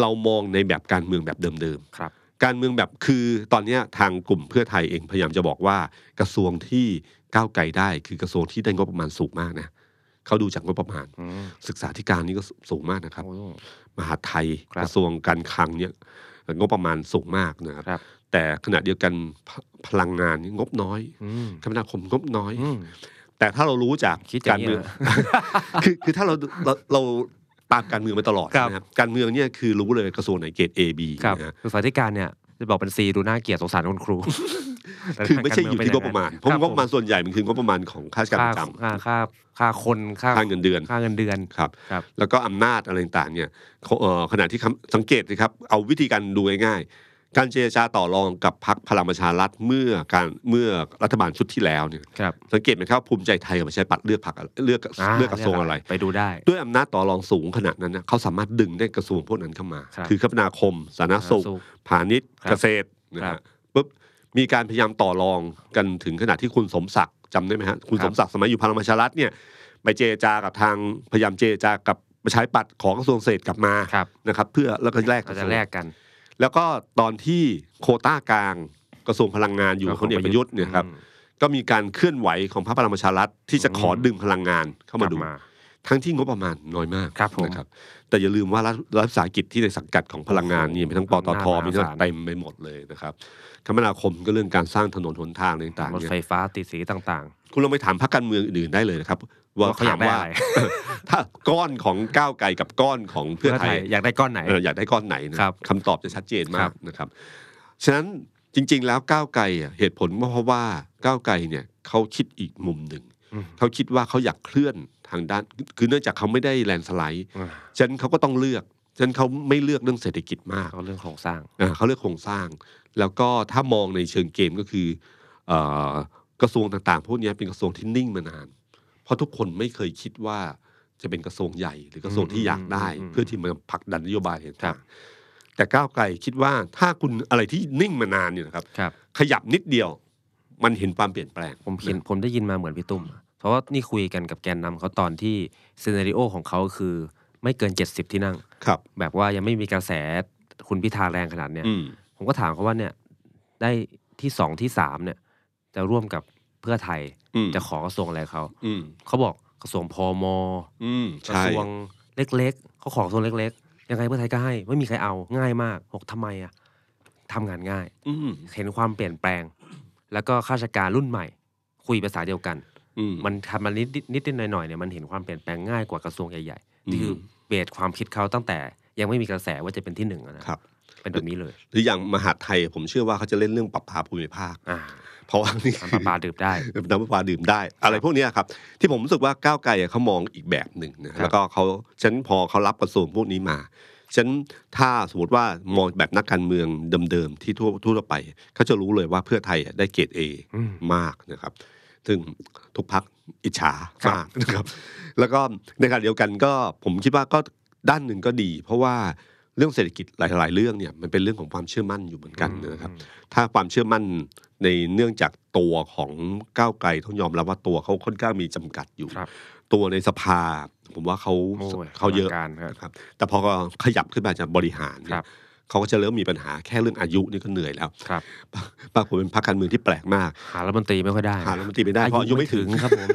[SPEAKER 2] เรามองในแบบการเมืองแบบเดิมๆ
[SPEAKER 3] ครับ
[SPEAKER 2] การเมืองแบบคือตอนเนี้ยทางกลุ่มเพื่อไทยเองพยายามจะบอกว่ากระทรวงที่ก้าวไกลได้ คือกระทรวงที่ได้งบประมาณสูงมากนะเขาดูจากงบประมาณ
[SPEAKER 3] อืม
[SPEAKER 2] ศึกษาธิการนี่ก็สูงมากนะครับ
[SPEAKER 3] โอ้
[SPEAKER 2] มหาดไทย
[SPEAKER 3] ครับ
[SPEAKER 2] กระทรวงการคลังเนี่ยงบประมาณสูงมากนะครับ
[SPEAKER 3] ครับ
[SPEAKER 2] แต่ขณะเดียวกันพพลังงานนี่งบน้อย
[SPEAKER 3] อืม
[SPEAKER 2] คมนาคมงบน้อย
[SPEAKER 3] อืม
[SPEAKER 2] แต่ถ้าเรารู้จาก
[SPEAKER 3] คิดอย่าง
[SPEAKER 2] การ
[SPEAKER 3] นี้
[SPEAKER 2] เมือง
[SPEAKER 3] นะ
[SPEAKER 2] คือคือถ้าเราเราเราตามการเมืองมาตลอด
[SPEAKER 3] ครับ
[SPEAKER 2] นะครับการเมืองเนี่ยคือรู้เลยกระทรวงไหนเกรด A B
[SPEAKER 3] ครับ
[SPEAKER 2] นะฮะ
[SPEAKER 3] ศึกษาธิการเนี่ยจะบอกเป็นซีดูน่าเกลียดสงสารคุณครู
[SPEAKER 2] คือไม่ใช่อยู่ที่งบประมาณ เพราะ
[SPEAKER 3] ค
[SPEAKER 2] งบประมาณส่วนใหญ่มันคืองบประมาณของข้าราชการประจำ
[SPEAKER 3] ค่าค่าค่าคนค่า
[SPEAKER 2] ค่าเงินเดือน
[SPEAKER 3] ค่าเงินเดือน
[SPEAKER 2] ครับ
[SPEAKER 3] ครับ
[SPEAKER 2] แล้วก็อำนาจอะไรต่างๆเนี่ยเขาเอ่อขณะที่คำสังเกตนะครับ เอาวิธีการดูง่ายๆการเจรจาต่อรองกับพรรคพลังประชารัฐเมื่อการเมื่อรัฐบาลชุดที่แล้วเนี่ย
[SPEAKER 3] ครับ
[SPEAKER 2] สังเกตไหมครับภูมิใจไทยกับประชาธิปัตย์เลือกพรรคอะไรเลือก
[SPEAKER 3] า
[SPEAKER 2] เลือกกระทรวงอะไร
[SPEAKER 3] ไปดูได้
[SPEAKER 2] ด้วยอำนาจต่อรองสูงขนาดนั้นนะเขาสามารถดึงได้กระทรวงพวกนั้นเข้ามา
[SPEAKER 3] ครับ
[SPEAKER 2] อคมนาคม สาธารณสุข พาณิชย์
[SPEAKER 3] ครับ
[SPEAKER 2] เกษตรนะ
[SPEAKER 3] ครั
[SPEAKER 2] ฮะ
[SPEAKER 3] บ
[SPEAKER 2] ปุ๊บมีการพยายามต่อรองกันถึงขนาดที่คุณสมศักดิ์จำได้ไหมฮะคุณ
[SPEAKER 3] ครั
[SPEAKER 2] ส
[SPEAKER 3] บ
[SPEAKER 2] มศักดิ์สมัยอยู่พลังประชารัฐเนี่ยไปเจรจากับทางพยายามเจรจากับประชาธิปัตย์ของกระทรวงเกษตรกลับมา
[SPEAKER 3] ครับ
[SPEAKER 2] นะครับเพื่อแล้วก็แลก
[SPEAKER 3] เราจะแลกกัน
[SPEAKER 2] แล้วก็ตอนที่โควต้ากลางกระทรวงพลังงานอยู่
[SPEAKER 3] ครับ
[SPEAKER 2] คนเอกประยุทธ์เนี่ยครับ
[SPEAKER 3] อืม
[SPEAKER 2] ก็มีการเคลื่อนไหวของพรรคพลังประชารัฐที่จะขอดึงพลังงานเข้ากมา
[SPEAKER 3] ลับ
[SPEAKER 2] ดู
[SPEAKER 3] มา
[SPEAKER 2] ทั้งที่งบประมาณน้อยมาก
[SPEAKER 3] ครับผม
[SPEAKER 2] นะครับ แต่อย่าลืมว่ารัฐรัฐวิสาหกิจที่ในสังกัดของพลังงานนี่มีทั้งปตท
[SPEAKER 3] อำนาจ
[SPEAKER 2] มีทั้ง
[SPEAKER 3] มหาศาล
[SPEAKER 2] เต็มไปหมดเลยนะครับคมนาคมก็เรื่องการสร้างถนนหนทางอะไรต่างๆ
[SPEAKER 3] รถ
[SPEAKER 2] เนี่ย
[SPEAKER 3] ไฟฟ้าติดสีต่าง
[SPEAKER 2] คุณลองไปถามพรรคการเมืองอื่นๆได้เลยนะครับ ว่า
[SPEAKER 3] ว่าเขา
[SPEAKER 2] ถาย
[SPEAKER 3] อาม กได้
[SPEAKER 2] ว่า
[SPEAKER 3] อะไร
[SPEAKER 2] เออถ้าก้อนของก้าวไกลกับก้อนของ
[SPEAKER 3] ๆ
[SPEAKER 2] เพื่อไทย
[SPEAKER 3] อยากได้ก้อนไหน
[SPEAKER 2] เอออยากได้ก้อนไหนนะครับ คำตอบจะชัดเจน
[SPEAKER 3] ค
[SPEAKER 2] มา
[SPEAKER 3] รั
[SPEAKER 2] ก
[SPEAKER 3] บ
[SPEAKER 2] นะครับฉะนั้นจริง ๆ แล้วก้าวไกลอ่ะเหตุผลว่าเพราะว่าก้าวไกลเนี่ยเขาคิดอีกมุมหนึ่ง
[SPEAKER 3] อืม
[SPEAKER 2] เขาคิดว่าเขาอยากเคลื่อนทางด้าน คือเนื่องจากเขาไม่ได้แลนด์สไลด์
[SPEAKER 3] อืม
[SPEAKER 2] ฉะนั้นเขาก็ต้องเลือกฉะนั้นเขาไม่เลือกเรื่องเศรษฐกิจมาก
[SPEAKER 3] เอาเรื่องโครงสร้าง
[SPEAKER 2] อ่าเขาเลือกโครงสร้าง แล้วก็ถ้ามองในเชิงเกมก็คือเอ่อกระทรวงต่างๆพวกเนี้ยเป็นกระทรวงที่นิ่งมานาน เพราะทุกคนไม่เคยคิดว่าจะเป็นกระทรวงใหญ่ หรือกระทรวงที่อยากได้
[SPEAKER 3] อืมอืม
[SPEAKER 2] เพื่อที่มาผลักดันนโยบาย
[SPEAKER 3] ครั
[SPEAKER 2] ต่า
[SPEAKER 3] บ
[SPEAKER 2] งๆ แต่ก้าวไกลคิดว่าถ้าคุณอะไรที่นิ่งมานานเนี่ยนะครับ
[SPEAKER 3] ครับ
[SPEAKER 2] ขยับนิดเดียว มันเห็นความเปลี่ยนแปลง
[SPEAKER 3] ผมเห็นผมได้ยินมาเหมือนพี่ตุ้มอะเพราะว่านี่คุยกันกับแกนนำเขาตอนที่ซีนารีโอของเขาคือไม่เกิน 70 ที่นั่ง
[SPEAKER 2] ครับ
[SPEAKER 3] แบบว่ายังไม่มีกระแสคุณพิธาแรงขนาดเนี้ย
[SPEAKER 2] อืม
[SPEAKER 3] ผมก็ถามเขาว่าเนี่ยได้ที่สองที่สามเนี่ยจะร่วมกับเพื่อไทย
[SPEAKER 2] อืม
[SPEAKER 3] จะขอกระทรวงอะไรเขา
[SPEAKER 2] อืม
[SPEAKER 3] เขาบอกกระทรวงพม
[SPEAKER 2] อืม
[SPEAKER 3] กระ
[SPEAKER 2] ใช่
[SPEAKER 3] ทรวงเล็กๆเขาขอกระทรวงเล็กๆ ยังไงเพื่อไทยก็ให้ไม่มีใครเอาง่ายมากบอกทำไมอะทำงานง่าย
[SPEAKER 2] อืม
[SPEAKER 3] เห็นความเปลี่ยนแปลง แล้วก็ข้าราชการรุ่นใหม่ คุยภาษาเดียวกัน
[SPEAKER 2] อืม
[SPEAKER 3] มันทำมันนิดนิดนิดหน่อยๆเนี่ยมันเห็นความเปลี่ยนแปลงง่ายกว่ากระทรวงใหญ่ๆนี่คืออ
[SPEAKER 2] ม
[SPEAKER 3] เบสความคิดเขาตั้งแต่ ยังไม่มีกระแสว่าจะเป็นที่หนึ่งอะนะครับ เป็นแบบนี้เลย
[SPEAKER 2] หรืออย่างมหาดไทย ผมเชื่อว่าเขาจะเล่นเรื่องปรับปาภูมิภาค
[SPEAKER 3] อ่า
[SPEAKER 2] เพราะว่านี่คื
[SPEAKER 3] น้ำ
[SPEAKER 2] อ
[SPEAKER 3] ปลาปลาดื่มได้
[SPEAKER 2] น้ำประปาดื่มได้ อะไรพวกเนี้ยครับ ที่ผมรู้สึกว่าก้าวไกลอะเขามองอีกแบบหนึ่งนะครับ แล้วก็เขาฉันพอเขารับกระทรวงพวกนี้มาฉันถ้าสมมติว่ามองแบบนักการเมืองเดิมๆที่ทั่วทั่วไปเขาจะรู้เลยว่าเพื่อไทยอะได้เกรดเอ
[SPEAKER 3] อืม
[SPEAKER 2] มากนะครับ ซึ่งทุกพักอิจฉา
[SPEAKER 3] ครับ
[SPEAKER 2] มากนะครับ แล้วก็ในขณะเดียวกันก็ผมคิดว่าก็ด้านหนึ่งก็ดี เพราะว่า เรื่องเศรษฐกิจหลาย ๆ เรื่องเนี่ยมันเป็นเรื่องของความเชื่อมั่นอยู่เหมือนกันนะครับ ถ้าความเชื่อมั่นในเนื่องจากตัวของก้าวไกลต้องยอมรับว่าตัวเขาค่อนข้างมีจำกัดอยู่
[SPEAKER 3] ครับ
[SPEAKER 2] ตัวในสภา ผมว่าเขา
[SPEAKER 3] โอ้ย
[SPEAKER 2] เขาเยอะ
[SPEAKER 3] ลังการครับ
[SPEAKER 2] นะครับ แต่พอขยับขึ้นมาจากบริหารเนี่
[SPEAKER 3] ครั
[SPEAKER 2] ย
[SPEAKER 3] บ
[SPEAKER 2] เขาก็จะเริ่มมีปัญหาแค่เรื่องอายุนี่ก็เหนื่อยแล้ว
[SPEAKER 3] ครับ
[SPEAKER 2] ปรากฏเป็นพรรคการเมืองที่แปลกมาก
[SPEAKER 3] หารัฐมนตรีไม่ค่อยได้
[SPEAKER 2] หารัฐมนตรีไม่ได้เพราะอายุไม่ถึง
[SPEAKER 3] ครับผม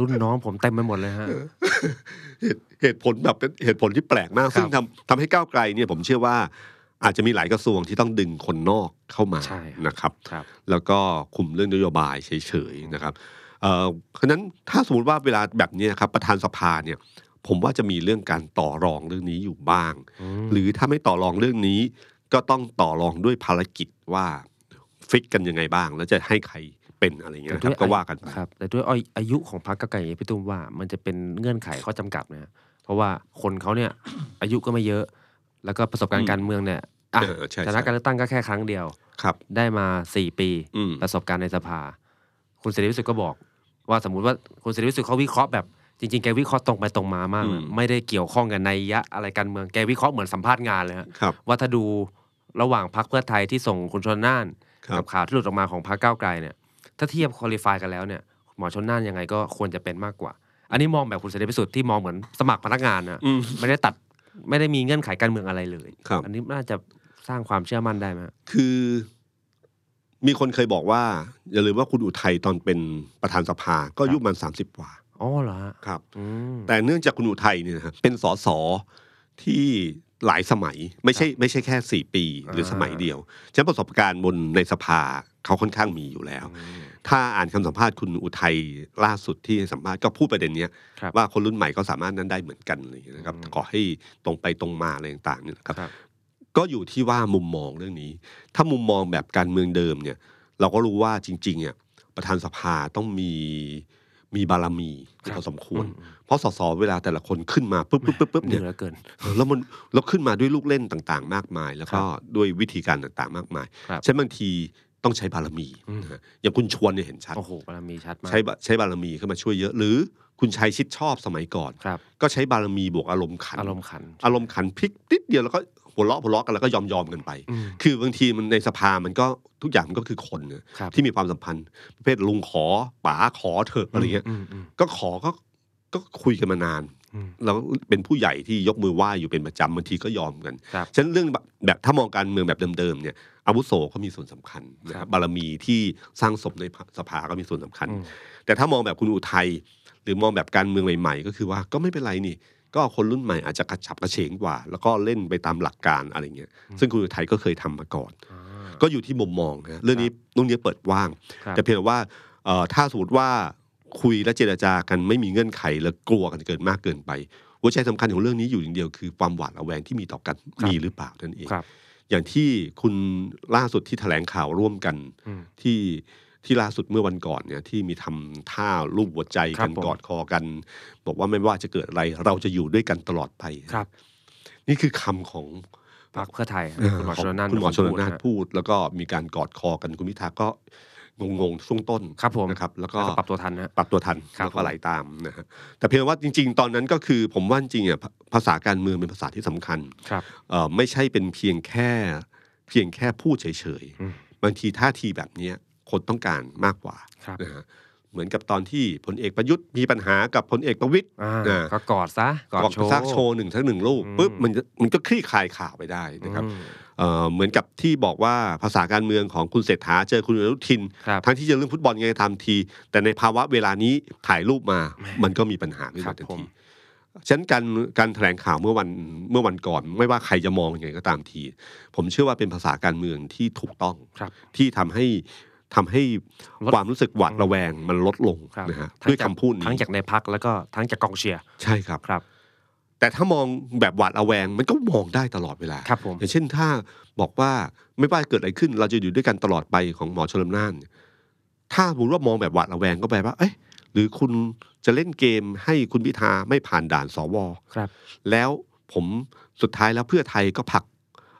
[SPEAKER 3] รุ่นน้องผมเต็มไปหมดเลยฮะ
[SPEAKER 2] เหตุเหตุผลแบบเป็นเหตุผลที่แปลกมาก
[SPEAKER 3] ครับ
[SPEAKER 2] ซึ่งทำทำให้ก้าวไกลเนี่ยผมเชื่อว่าอาจจะมีหลายกระทรวงที่ต้องดึงคนนอกเข้ามา
[SPEAKER 3] ใช่ครับ
[SPEAKER 2] นะครับ
[SPEAKER 3] ครับ
[SPEAKER 2] แล้วก็คุมเรื่องนโยบายเฉยๆนะครับเอ่อเพราะฉะนั้นถ้าสมมติว่าเวลาแบบเนี้ยครับประธานสภาเนี่ยผมว่าจะมีเรื่องการต่อรองเรื่องนี้อยู่บ้าง
[SPEAKER 3] อืม
[SPEAKER 2] หรือถ้าไม่ต่อรองเรื่องนี้ ก็ต้องต่อรองด้วยภารกิจว่าฟิกกันยังไงบ้าง แล้วจะให้ใครเป็นอะไรเงี้ยนะครับก็ว่ากันไป
[SPEAKER 3] ครับแต่ด้วยอายุอายุของพรรคก้าวไกลอย่างพี่ตุ้มว่ามันจะเป็นเงื่อนไขข้อจำกัดนะฮะเพราะว่าคนเขาเนี่ย อายุก็ไม่เยอะ แล้วก็ประสบการ
[SPEAKER 2] อื
[SPEAKER 3] ณ์
[SPEAKER 2] ม
[SPEAKER 3] การเมืองเนี่ยอ่ะ
[SPEAKER 2] เออใช่
[SPEAKER 3] ชนะ
[SPEAKER 2] ใช่
[SPEAKER 3] การเลือกตั้งก็แค่ครั้งเดียว
[SPEAKER 2] ครับ
[SPEAKER 3] ได้มาสี่ปี
[SPEAKER 2] อืม
[SPEAKER 3] ประสบการณ์ในสภา คุณเสรีพิสุทธิ์ก็บอก ว่าสมมติว่าคุณเสรีพิสุทธิ์เขาวิเคราะห์แบบจริงๆแกวิเคราะห์ตรงไปตรงมามากนะ
[SPEAKER 2] อืม
[SPEAKER 3] ไม่ได้เกี่ยวข้องกับในยยะอะไรการเมืองแกวิเคราะห์เหมือนสัมภาษณ์งานเลยฮะ
[SPEAKER 2] ครับ
[SPEAKER 3] ว่าถ้าดูระหว่างพรรคเพื่อไทยที่ส่งคุณชนน่าน
[SPEAKER 2] ครับ
[SPEAKER 3] กับข่าวที่หลุดออกมาของพรรคก้าวไกลเนี่ยถ้าเทียบคุริฟายกันแล้วเนี่ยหมอชนน่านยังไงก็ควรจะเป็นมากกว่า อันนี้มองแบบคุณเสรีพิสุทธิ์ที่มองเหมือนสมัครพนักงานนะ
[SPEAKER 2] อืม
[SPEAKER 3] ไม่ได้ตัดไม่ได้มีเงื่อนไขการเมืองอะไรเลย
[SPEAKER 2] ครับ
[SPEAKER 3] อันนี้น่าจะสร้างความเชื่อมั่นได้ไหมฮะ
[SPEAKER 2] คือมีคนเคยบอกว่า อย่าลืมว่าคุณอุทัยตอนเป็นประธานสภาก็อายุมันสามสิบกว่า
[SPEAKER 3] อ๋อเหรอฮะ
[SPEAKER 2] ครับ
[SPEAKER 3] อืม
[SPEAKER 2] แต่เนื่องจากคุณอุทัยเนี่ยนะครับเป็นสสที่หลายสมัย ไม่ใช่ไม่ใช่แค่สี่ปี หรือ
[SPEAKER 3] อ่า
[SPEAKER 2] สมัยเดียวฉะนั้นประสบการณ์บนในสภาเขาค่อนข้างมีอยู่แล้ว ถ้าอ่านคำสัมภาษณ์คุณอุทัยล่าสุดที่สัมภาษณ์ก็พูดประเด็นเนี้ย
[SPEAKER 3] ครับ
[SPEAKER 2] ว่าคนรุ่นใหม่ก็สามารถนั้นได้เหมือนกันอะไรอย่างเงี้ยนะครับ
[SPEAKER 3] อืม
[SPEAKER 2] ขอให้ตรงไปตรงมาอะไรต่างๆเนี่ยนะครับ
[SPEAKER 3] ครับ
[SPEAKER 2] ก็อยู่ที่ว่ามุมมองเรื่องนี้ ถ้ามุมมองแบบการเมืองเดิมเนี่ย เราก็รู้ว่าจริงๆเนี่ยประธานสภาต้องมีมีบารมี
[SPEAKER 3] ค
[SPEAKER 2] พ
[SPEAKER 3] รับ
[SPEAKER 2] อสมควร เพราะสสเวลาแต่ละคนขึ้นมาปุ๊บปุ๊บปุ๊บปุ๊บ
[SPEAKER 3] เห
[SPEAKER 2] เนี่ย
[SPEAKER 3] นื่อยเหลือเกิน
[SPEAKER 2] เออแล้วมันแล้วขึ้นมาด้วยลูกเล่นต่างๆ มากมาย แล้วก็ด้วยวิธีการต่างๆ มากมาย
[SPEAKER 3] ครับ
[SPEAKER 2] ฉะนั้นบางทีต้องใช้บารมี
[SPEAKER 3] อืม
[SPEAKER 2] นะฮะอย่างคุณชวนเนี่ยเห็นชัด
[SPEAKER 3] โอ้โหบารมีชัดมาก
[SPEAKER 2] ใช้บะใช้บารมีเข้ามาช่วยเยอะ หรือคุณชัยชิดชอบสมัยก่อน
[SPEAKER 3] ครับ
[SPEAKER 2] ก็ใช้บารมีบวกอารมณ์ขัน
[SPEAKER 3] อารมณ์ขัน
[SPEAKER 2] อารมณ์ขันพลิกนิดเดียวแล้วก็หัวเราะหัวเราะกันแล้วก็ยอมยอมๆกันไป
[SPEAKER 3] อืม
[SPEAKER 2] คือบางทีมันในสภามันก็ทุกอย่างมันก็คือคนนะครับที่มีความสัมพันธ์ ประเภทลุงขอป๋าขอเถอะอะไรเงี้ย
[SPEAKER 3] มอืม
[SPEAKER 2] ก็ขอก็ก็คุยกันมานาน
[SPEAKER 3] อืม
[SPEAKER 2] แล้วเป็นผู้ใหญ่ที่ยกมือไหว้อยู่เป็นประจำบางทีก็ยอมกัน
[SPEAKER 3] ครับ
[SPEAKER 2] ฉะนั้นเรื่องแบบแบบถ้ามองการเมืองแบบเดิมๆเนี่ยอาวุโสก็มีส่วนสำคัญนะค
[SPEAKER 3] ครั
[SPEAKER 2] รับบ บารมีที่สร้างสมในสภาก็มีส่วนสำคัญ
[SPEAKER 3] อืม
[SPEAKER 2] แต่ถ้ามองแบบคุณอุทัยหรือมองแบบการเมืองใหม่ๆ ก็คือว่าก็ไม่เป็นไรนี่ ก็คนรุ่นใหม่อาจจะกระฉับกระเฉงกว่า แล้วก็เล่นไปตามหลักการอะไรเงี้ย
[SPEAKER 3] อืม
[SPEAKER 2] ซึ่งคุณอุทัยก็เคยทำมาก่อน
[SPEAKER 3] อ่า
[SPEAKER 2] ก็อยู่ที่มุมมองนะเรื่องนี้ตรงนี้เปิดว่าง
[SPEAKER 3] ครับ
[SPEAKER 2] แต่เพียงแต่ว่าเอ่อถ้าสมมติว่าคุยและเจรจากันไม่มีเงื่อนไขแล้วกลัวกันเกินมากเกินไปหัวใจสำคัญของเรื่องนี้อยู่อย่างเดียวคือความหวาดระแวงที่มีต่อกันมีหรือเปล่านั่นเอง
[SPEAKER 3] ครับ
[SPEAKER 2] อย่างที่คุณล่าสุดที่แถลงข่าวร่วมกัน
[SPEAKER 3] อืม
[SPEAKER 2] ที่ที่ล่าสุดเมื่อวันก่อนเนี่ยที่มีทำท่ารูปหัวใจ
[SPEAKER 3] ครั
[SPEAKER 2] กับ น
[SPEAKER 3] ผม
[SPEAKER 2] กอดคอกัน บอกว่าไม่ว่าจะเกิดอะไร เราจะอยู่ด้วยกันตลอดไป
[SPEAKER 3] ครับ
[SPEAKER 2] นี่คือคำของ
[SPEAKER 3] พรรคเพื่อไทยฮะคุณหมอ
[SPEAKER 2] ข
[SPEAKER 3] ช
[SPEAKER 2] ง
[SPEAKER 3] นน่าน
[SPEAKER 2] คุณหมอชน
[SPEAKER 3] เป็
[SPEAKER 2] น่าน
[SPEAKER 3] คพูดฮะ
[SPEAKER 2] พูด แล้วก็มีการกอดคอกันคุณพิธาก็งงๆช่วงต้น
[SPEAKER 3] ครับผม
[SPEAKER 2] นะครับแล้วก็
[SPEAKER 3] แล้วก็ปรับตัวทันนะ
[SPEAKER 2] ปรับตัวทัน
[SPEAKER 3] ครับ
[SPEAKER 2] แล้วก็ไหลตามนะฮะแต่เพียงว่าจริง ๆ ตอนนั้นก็คือผมว่าจริงๆอ่ะภาภาษาการเมืองเป็นภาษาที่สำคัญ
[SPEAKER 3] ครับ
[SPEAKER 2] เอ่อไม่ใช่เป็นเพียงแค่เพียงแค่พูดเฉย
[SPEAKER 3] อืม
[SPEAKER 2] ๆบางทีท่าทีแบบเนี้ยคนต้องการมากกว่า
[SPEAKER 3] ครับ
[SPEAKER 2] นะฮะเหมือนกับตอนที่พลเอกประยุทธ์มีปัญหากับพลเอกประวิตย
[SPEAKER 3] อ่า
[SPEAKER 2] อ่า
[SPEAKER 3] ก็กอดซะกอดโชว์
[SPEAKER 2] ซากโชว์หนึ่งทั้งหนึ่งรูป
[SPEAKER 3] อืม
[SPEAKER 2] ปุ๊บมันจะมันก็คลี่คลายข่าวไปได้นะครับ
[SPEAKER 3] อืม
[SPEAKER 2] เอ่อเหมือนกับที่บอกว่าภาษาการเมืองของคุณเศรษฐาเจอคุณอนุทิน
[SPEAKER 3] ครับ
[SPEAKER 2] ทั้งที่จะเรื่องฟุตบอลไงตามที แต่ในภาวะเวลานี้ถ่ายรูปมา
[SPEAKER 3] แหม่
[SPEAKER 2] มันก็มีปัญหาขึ้น
[SPEAKER 3] ครั
[SPEAKER 2] มา
[SPEAKER 3] บ
[SPEAKER 2] ทัน
[SPEAKER 3] ผ
[SPEAKER 2] ที
[SPEAKER 3] ม
[SPEAKER 2] ฉะนั้นการการแถลงข่าวเมื่อวันเมื่อวันก่อน ไม่ว่าใครจะมองยังไงก็ตามที ผมเชื่อว่าเป็นภาษาการเมืองที่ถูกต้อง
[SPEAKER 3] ครับ
[SPEAKER 2] ที่ทำให้ทำให้
[SPEAKER 3] ลด
[SPEAKER 2] ความรู้สึกหวาดระแวงมันลดลง
[SPEAKER 3] ครับ
[SPEAKER 2] นะฮะ
[SPEAKER 3] ทั้ง
[SPEAKER 2] ด้วย
[SPEAKER 3] จก
[SPEAKER 2] คำพูดนี้
[SPEAKER 3] ทั้งจากในพักแล้วก็ทั้งจากกองเชียร์
[SPEAKER 2] ใช่ครับ
[SPEAKER 3] ครับ
[SPEAKER 2] แต่ถ้ามองแบบหวาดระแวงมันก็มองได้ตลอดเวลา
[SPEAKER 3] ครับผม
[SPEAKER 2] อย่างเช่นถ้าบอกว่าไม่ว่าเกิดอะไรขึ้น เราจะอยู่ด้วยกันตลอดไปของหมอชลน่านเนี่ยถ้าสมมติว่ามองแบบหวาดระแวงก็แปลว่า เอ๊ะหรือคุณจะเล่นเกมให้คุณพิธาไม่ผ่านด่านสว
[SPEAKER 3] ครับ
[SPEAKER 2] แล้วผมสุดท้ายแล้วเพื่อไทยก็ผลัก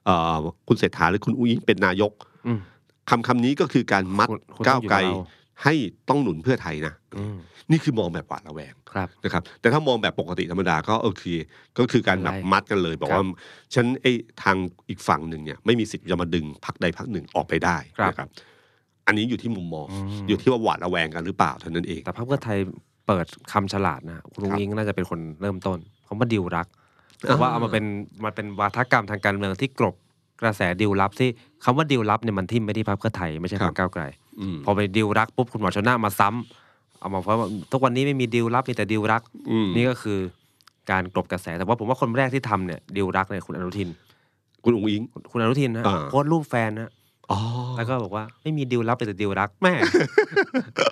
[SPEAKER 2] เอ่อคุณเศรษฐาหรือคุณอุ้งอิงเป็นนายก
[SPEAKER 3] อืม
[SPEAKER 2] คำคำนี้ก็คือการมัด
[SPEAKER 3] คุณคุณ
[SPEAKER 2] ก้าวไกล
[SPEAKER 3] ต้องอยู่
[SPEAKER 2] ให้ต้องหนุนเพื่อไทยนะ
[SPEAKER 3] อืม
[SPEAKER 2] นี่คือมองแบบหวาดระแวง
[SPEAKER 3] ครับ
[SPEAKER 2] นะครับ แต่ถ้ามองแบบปกติธรรมดาก็โอเค ก็คือการแบบ
[SPEAKER 3] ไม่
[SPEAKER 2] มัดกันเลย บอก
[SPEAKER 3] ครับ
[SPEAKER 2] ว่าฉันไอ้ทางอีกฝั่งหนึ่งเนี่ยไม่มีสิทธิ์จะมาดึงพักใดพักหนึ่งออกไปได้
[SPEAKER 3] ครับ
[SPEAKER 2] นะครับ อันนี้อยู่ที่มุมมอง
[SPEAKER 3] อืม
[SPEAKER 2] อยู่ที่ว่าหวาดระแวงกันหรือเปล่าเท่านั้นเอง
[SPEAKER 3] แต่พรรคเพื่อไทยเปิดคำฉลาดนะคุณลุงอิงน่าจะเป็นคนเริ่มต้นเขามาดิวรักแต่ว่าเอามาเป็นมันเป็นวาทกรรมทางการเมืองที่กลบกระแสดิวลับที่คำว่าดิวลับเนี่ยมันทิ่มไปที่พรรคเพื่อไทยไม่ใช่พร
[SPEAKER 2] ครั
[SPEAKER 3] รค
[SPEAKER 2] บ
[SPEAKER 3] ก้าวไกล
[SPEAKER 2] อืม
[SPEAKER 3] พอไปดิวรักปุ๊บคุณหมอชนน่านมาซ้ำเอามาเพราะว่าทุกวันนี้ไม่มีดิวลับมีแต่ดิวรัก
[SPEAKER 2] อืม
[SPEAKER 3] นี่ก็คือการกลบกระแสแต่ว่าผมว่าคนแรกที่ทำเนี่ยดิวรักเนี่ยคุณอนุทิน
[SPEAKER 2] คุณอุ้งอิง
[SPEAKER 3] คุณอนุทินนะ
[SPEAKER 2] อ่า
[SPEAKER 3] โพสต์รูปแฟนนะ
[SPEAKER 2] อ๋อ
[SPEAKER 3] แล้วก็บอกว่าไม่มีดิวลับมีแต่ดิวรักแม่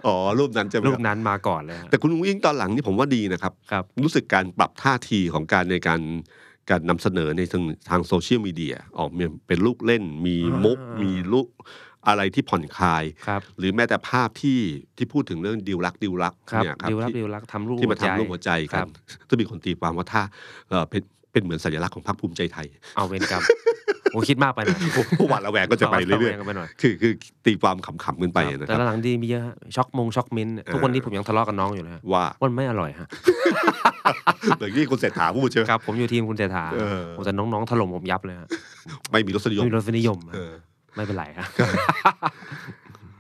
[SPEAKER 2] อ๋อรูปนั้นจะ
[SPEAKER 3] รูปนั้นมาก่อนเลยฮะ
[SPEAKER 2] แต่คุณอุ้งอิงตอนหลังนี่ผมว่าดีนะครับ
[SPEAKER 3] ครับ
[SPEAKER 2] รู้สึกการปรับท่าทีของการในการการนำเสนอในทางทางโซเชียลมีเดียออกมาเป็นลูกเล่น มี
[SPEAKER 3] อ่า
[SPEAKER 2] มุ
[SPEAKER 3] มุ
[SPEAKER 2] ก มีลูกอะไรที่ผ่อนคลาย
[SPEAKER 3] ครับ
[SPEAKER 2] หรือแม้แต่ภาพที่ที่พูดถึงเรื่องดิวรักดิวรัก
[SPEAKER 3] ครับ
[SPEAKER 2] เนี่ย
[SPEAKER 3] ดิวรัก
[SPEAKER 2] ที่
[SPEAKER 3] ดิวรักทำรูป
[SPEAKER 2] ที่มา
[SPEAKER 3] ใจ
[SPEAKER 2] ทำรูปหัวใจ
[SPEAKER 3] ค
[SPEAKER 2] กั
[SPEAKER 3] รั
[SPEAKER 2] น
[SPEAKER 3] บ
[SPEAKER 2] ซึ่งมีคนตีความว่าถ้าเอ่อเป็นเป็นเหมือนสัญลักษณ์ของพรรคภูมิใจ ไทย
[SPEAKER 3] เอาเวร กรรมโอ้คิดมากไปหน่อย
[SPEAKER 2] หวาดระแวงก็จะไปเรื่อย
[SPEAKER 3] าแวงกันไปหน่อย
[SPEAKER 2] ๆคือคือตีความขำๆกันไป
[SPEAKER 3] ครับ
[SPEAKER 2] นะค
[SPEAKER 3] แต่
[SPEAKER 2] รับ
[SPEAKER 3] หลังๆดีมีเยอะฮะช็อกมงช็อกมิ้นท์เนี่ย
[SPEAKER 2] เออ
[SPEAKER 3] ทุกวันนี้ผมยังทะเลาะกับน้องอยู่เลยฮะ
[SPEAKER 2] ว่า
[SPEAKER 3] ว่ามันไม่อร่อยฮะ
[SPEAKER 2] อย่างนี้คุณเศรษฐาพูดใช่ไหม
[SPEAKER 3] ครับผมอยู่ทีมคุณเศรษฐา
[SPEAKER 2] เออ
[SPEAKER 3] ผมแต่น้องๆถล่มผมยับเลยฮะ
[SPEAKER 2] ไม่มีรสนิยม
[SPEAKER 3] ไม่มีรสนิยมฮะ
[SPEAKER 2] เออ
[SPEAKER 3] ไม่เป็นไรฮะ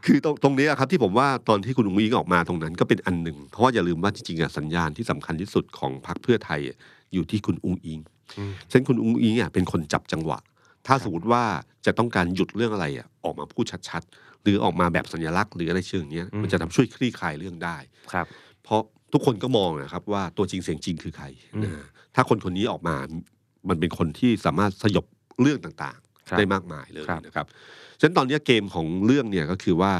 [SPEAKER 2] คือตรงตรงนี้อะครับที่ผมว่าตอนที่คุณอุ้งอิงออกมาตรงนั้นก็เป็นอันหนึ่ง เพราะว่าอย่าลืมว่าจริงๆอะสัญญาณที่สำคัญที่สุดของพรรคเพื่อไทยอะอยู่ที่คุณอุ้งอิง
[SPEAKER 3] อืม
[SPEAKER 2] เช่นคุณอุ้งอิงอะเป็นคนจับจังหวะ ถ้าสมมติว่าจะต้องการหยุดเรื่องอะไรอะออกมาพูดชัดๆ หรือออกมาแบบสัญลักษณ์หรืออะไรเชิงเนี้ยมันจะทำช่วยคลี่คลายเรื่องได้
[SPEAKER 3] ครับ
[SPEAKER 2] เพราะทุกคนก็มองนะครับว่าตัวจริงเสียงจริงคือใคร
[SPEAKER 3] อืม
[SPEAKER 2] นะถ้าคนคนนี้ออกมา มันเป็นคนที่สามารถสยบเรื่องต่างๆ
[SPEAKER 3] ครับ
[SPEAKER 2] ได้มากมายเลย
[SPEAKER 3] ครับ
[SPEAKER 2] นะครับ ฉะนั้นตอนนี้เกมของเรื่องเนี่ยก็คือว่า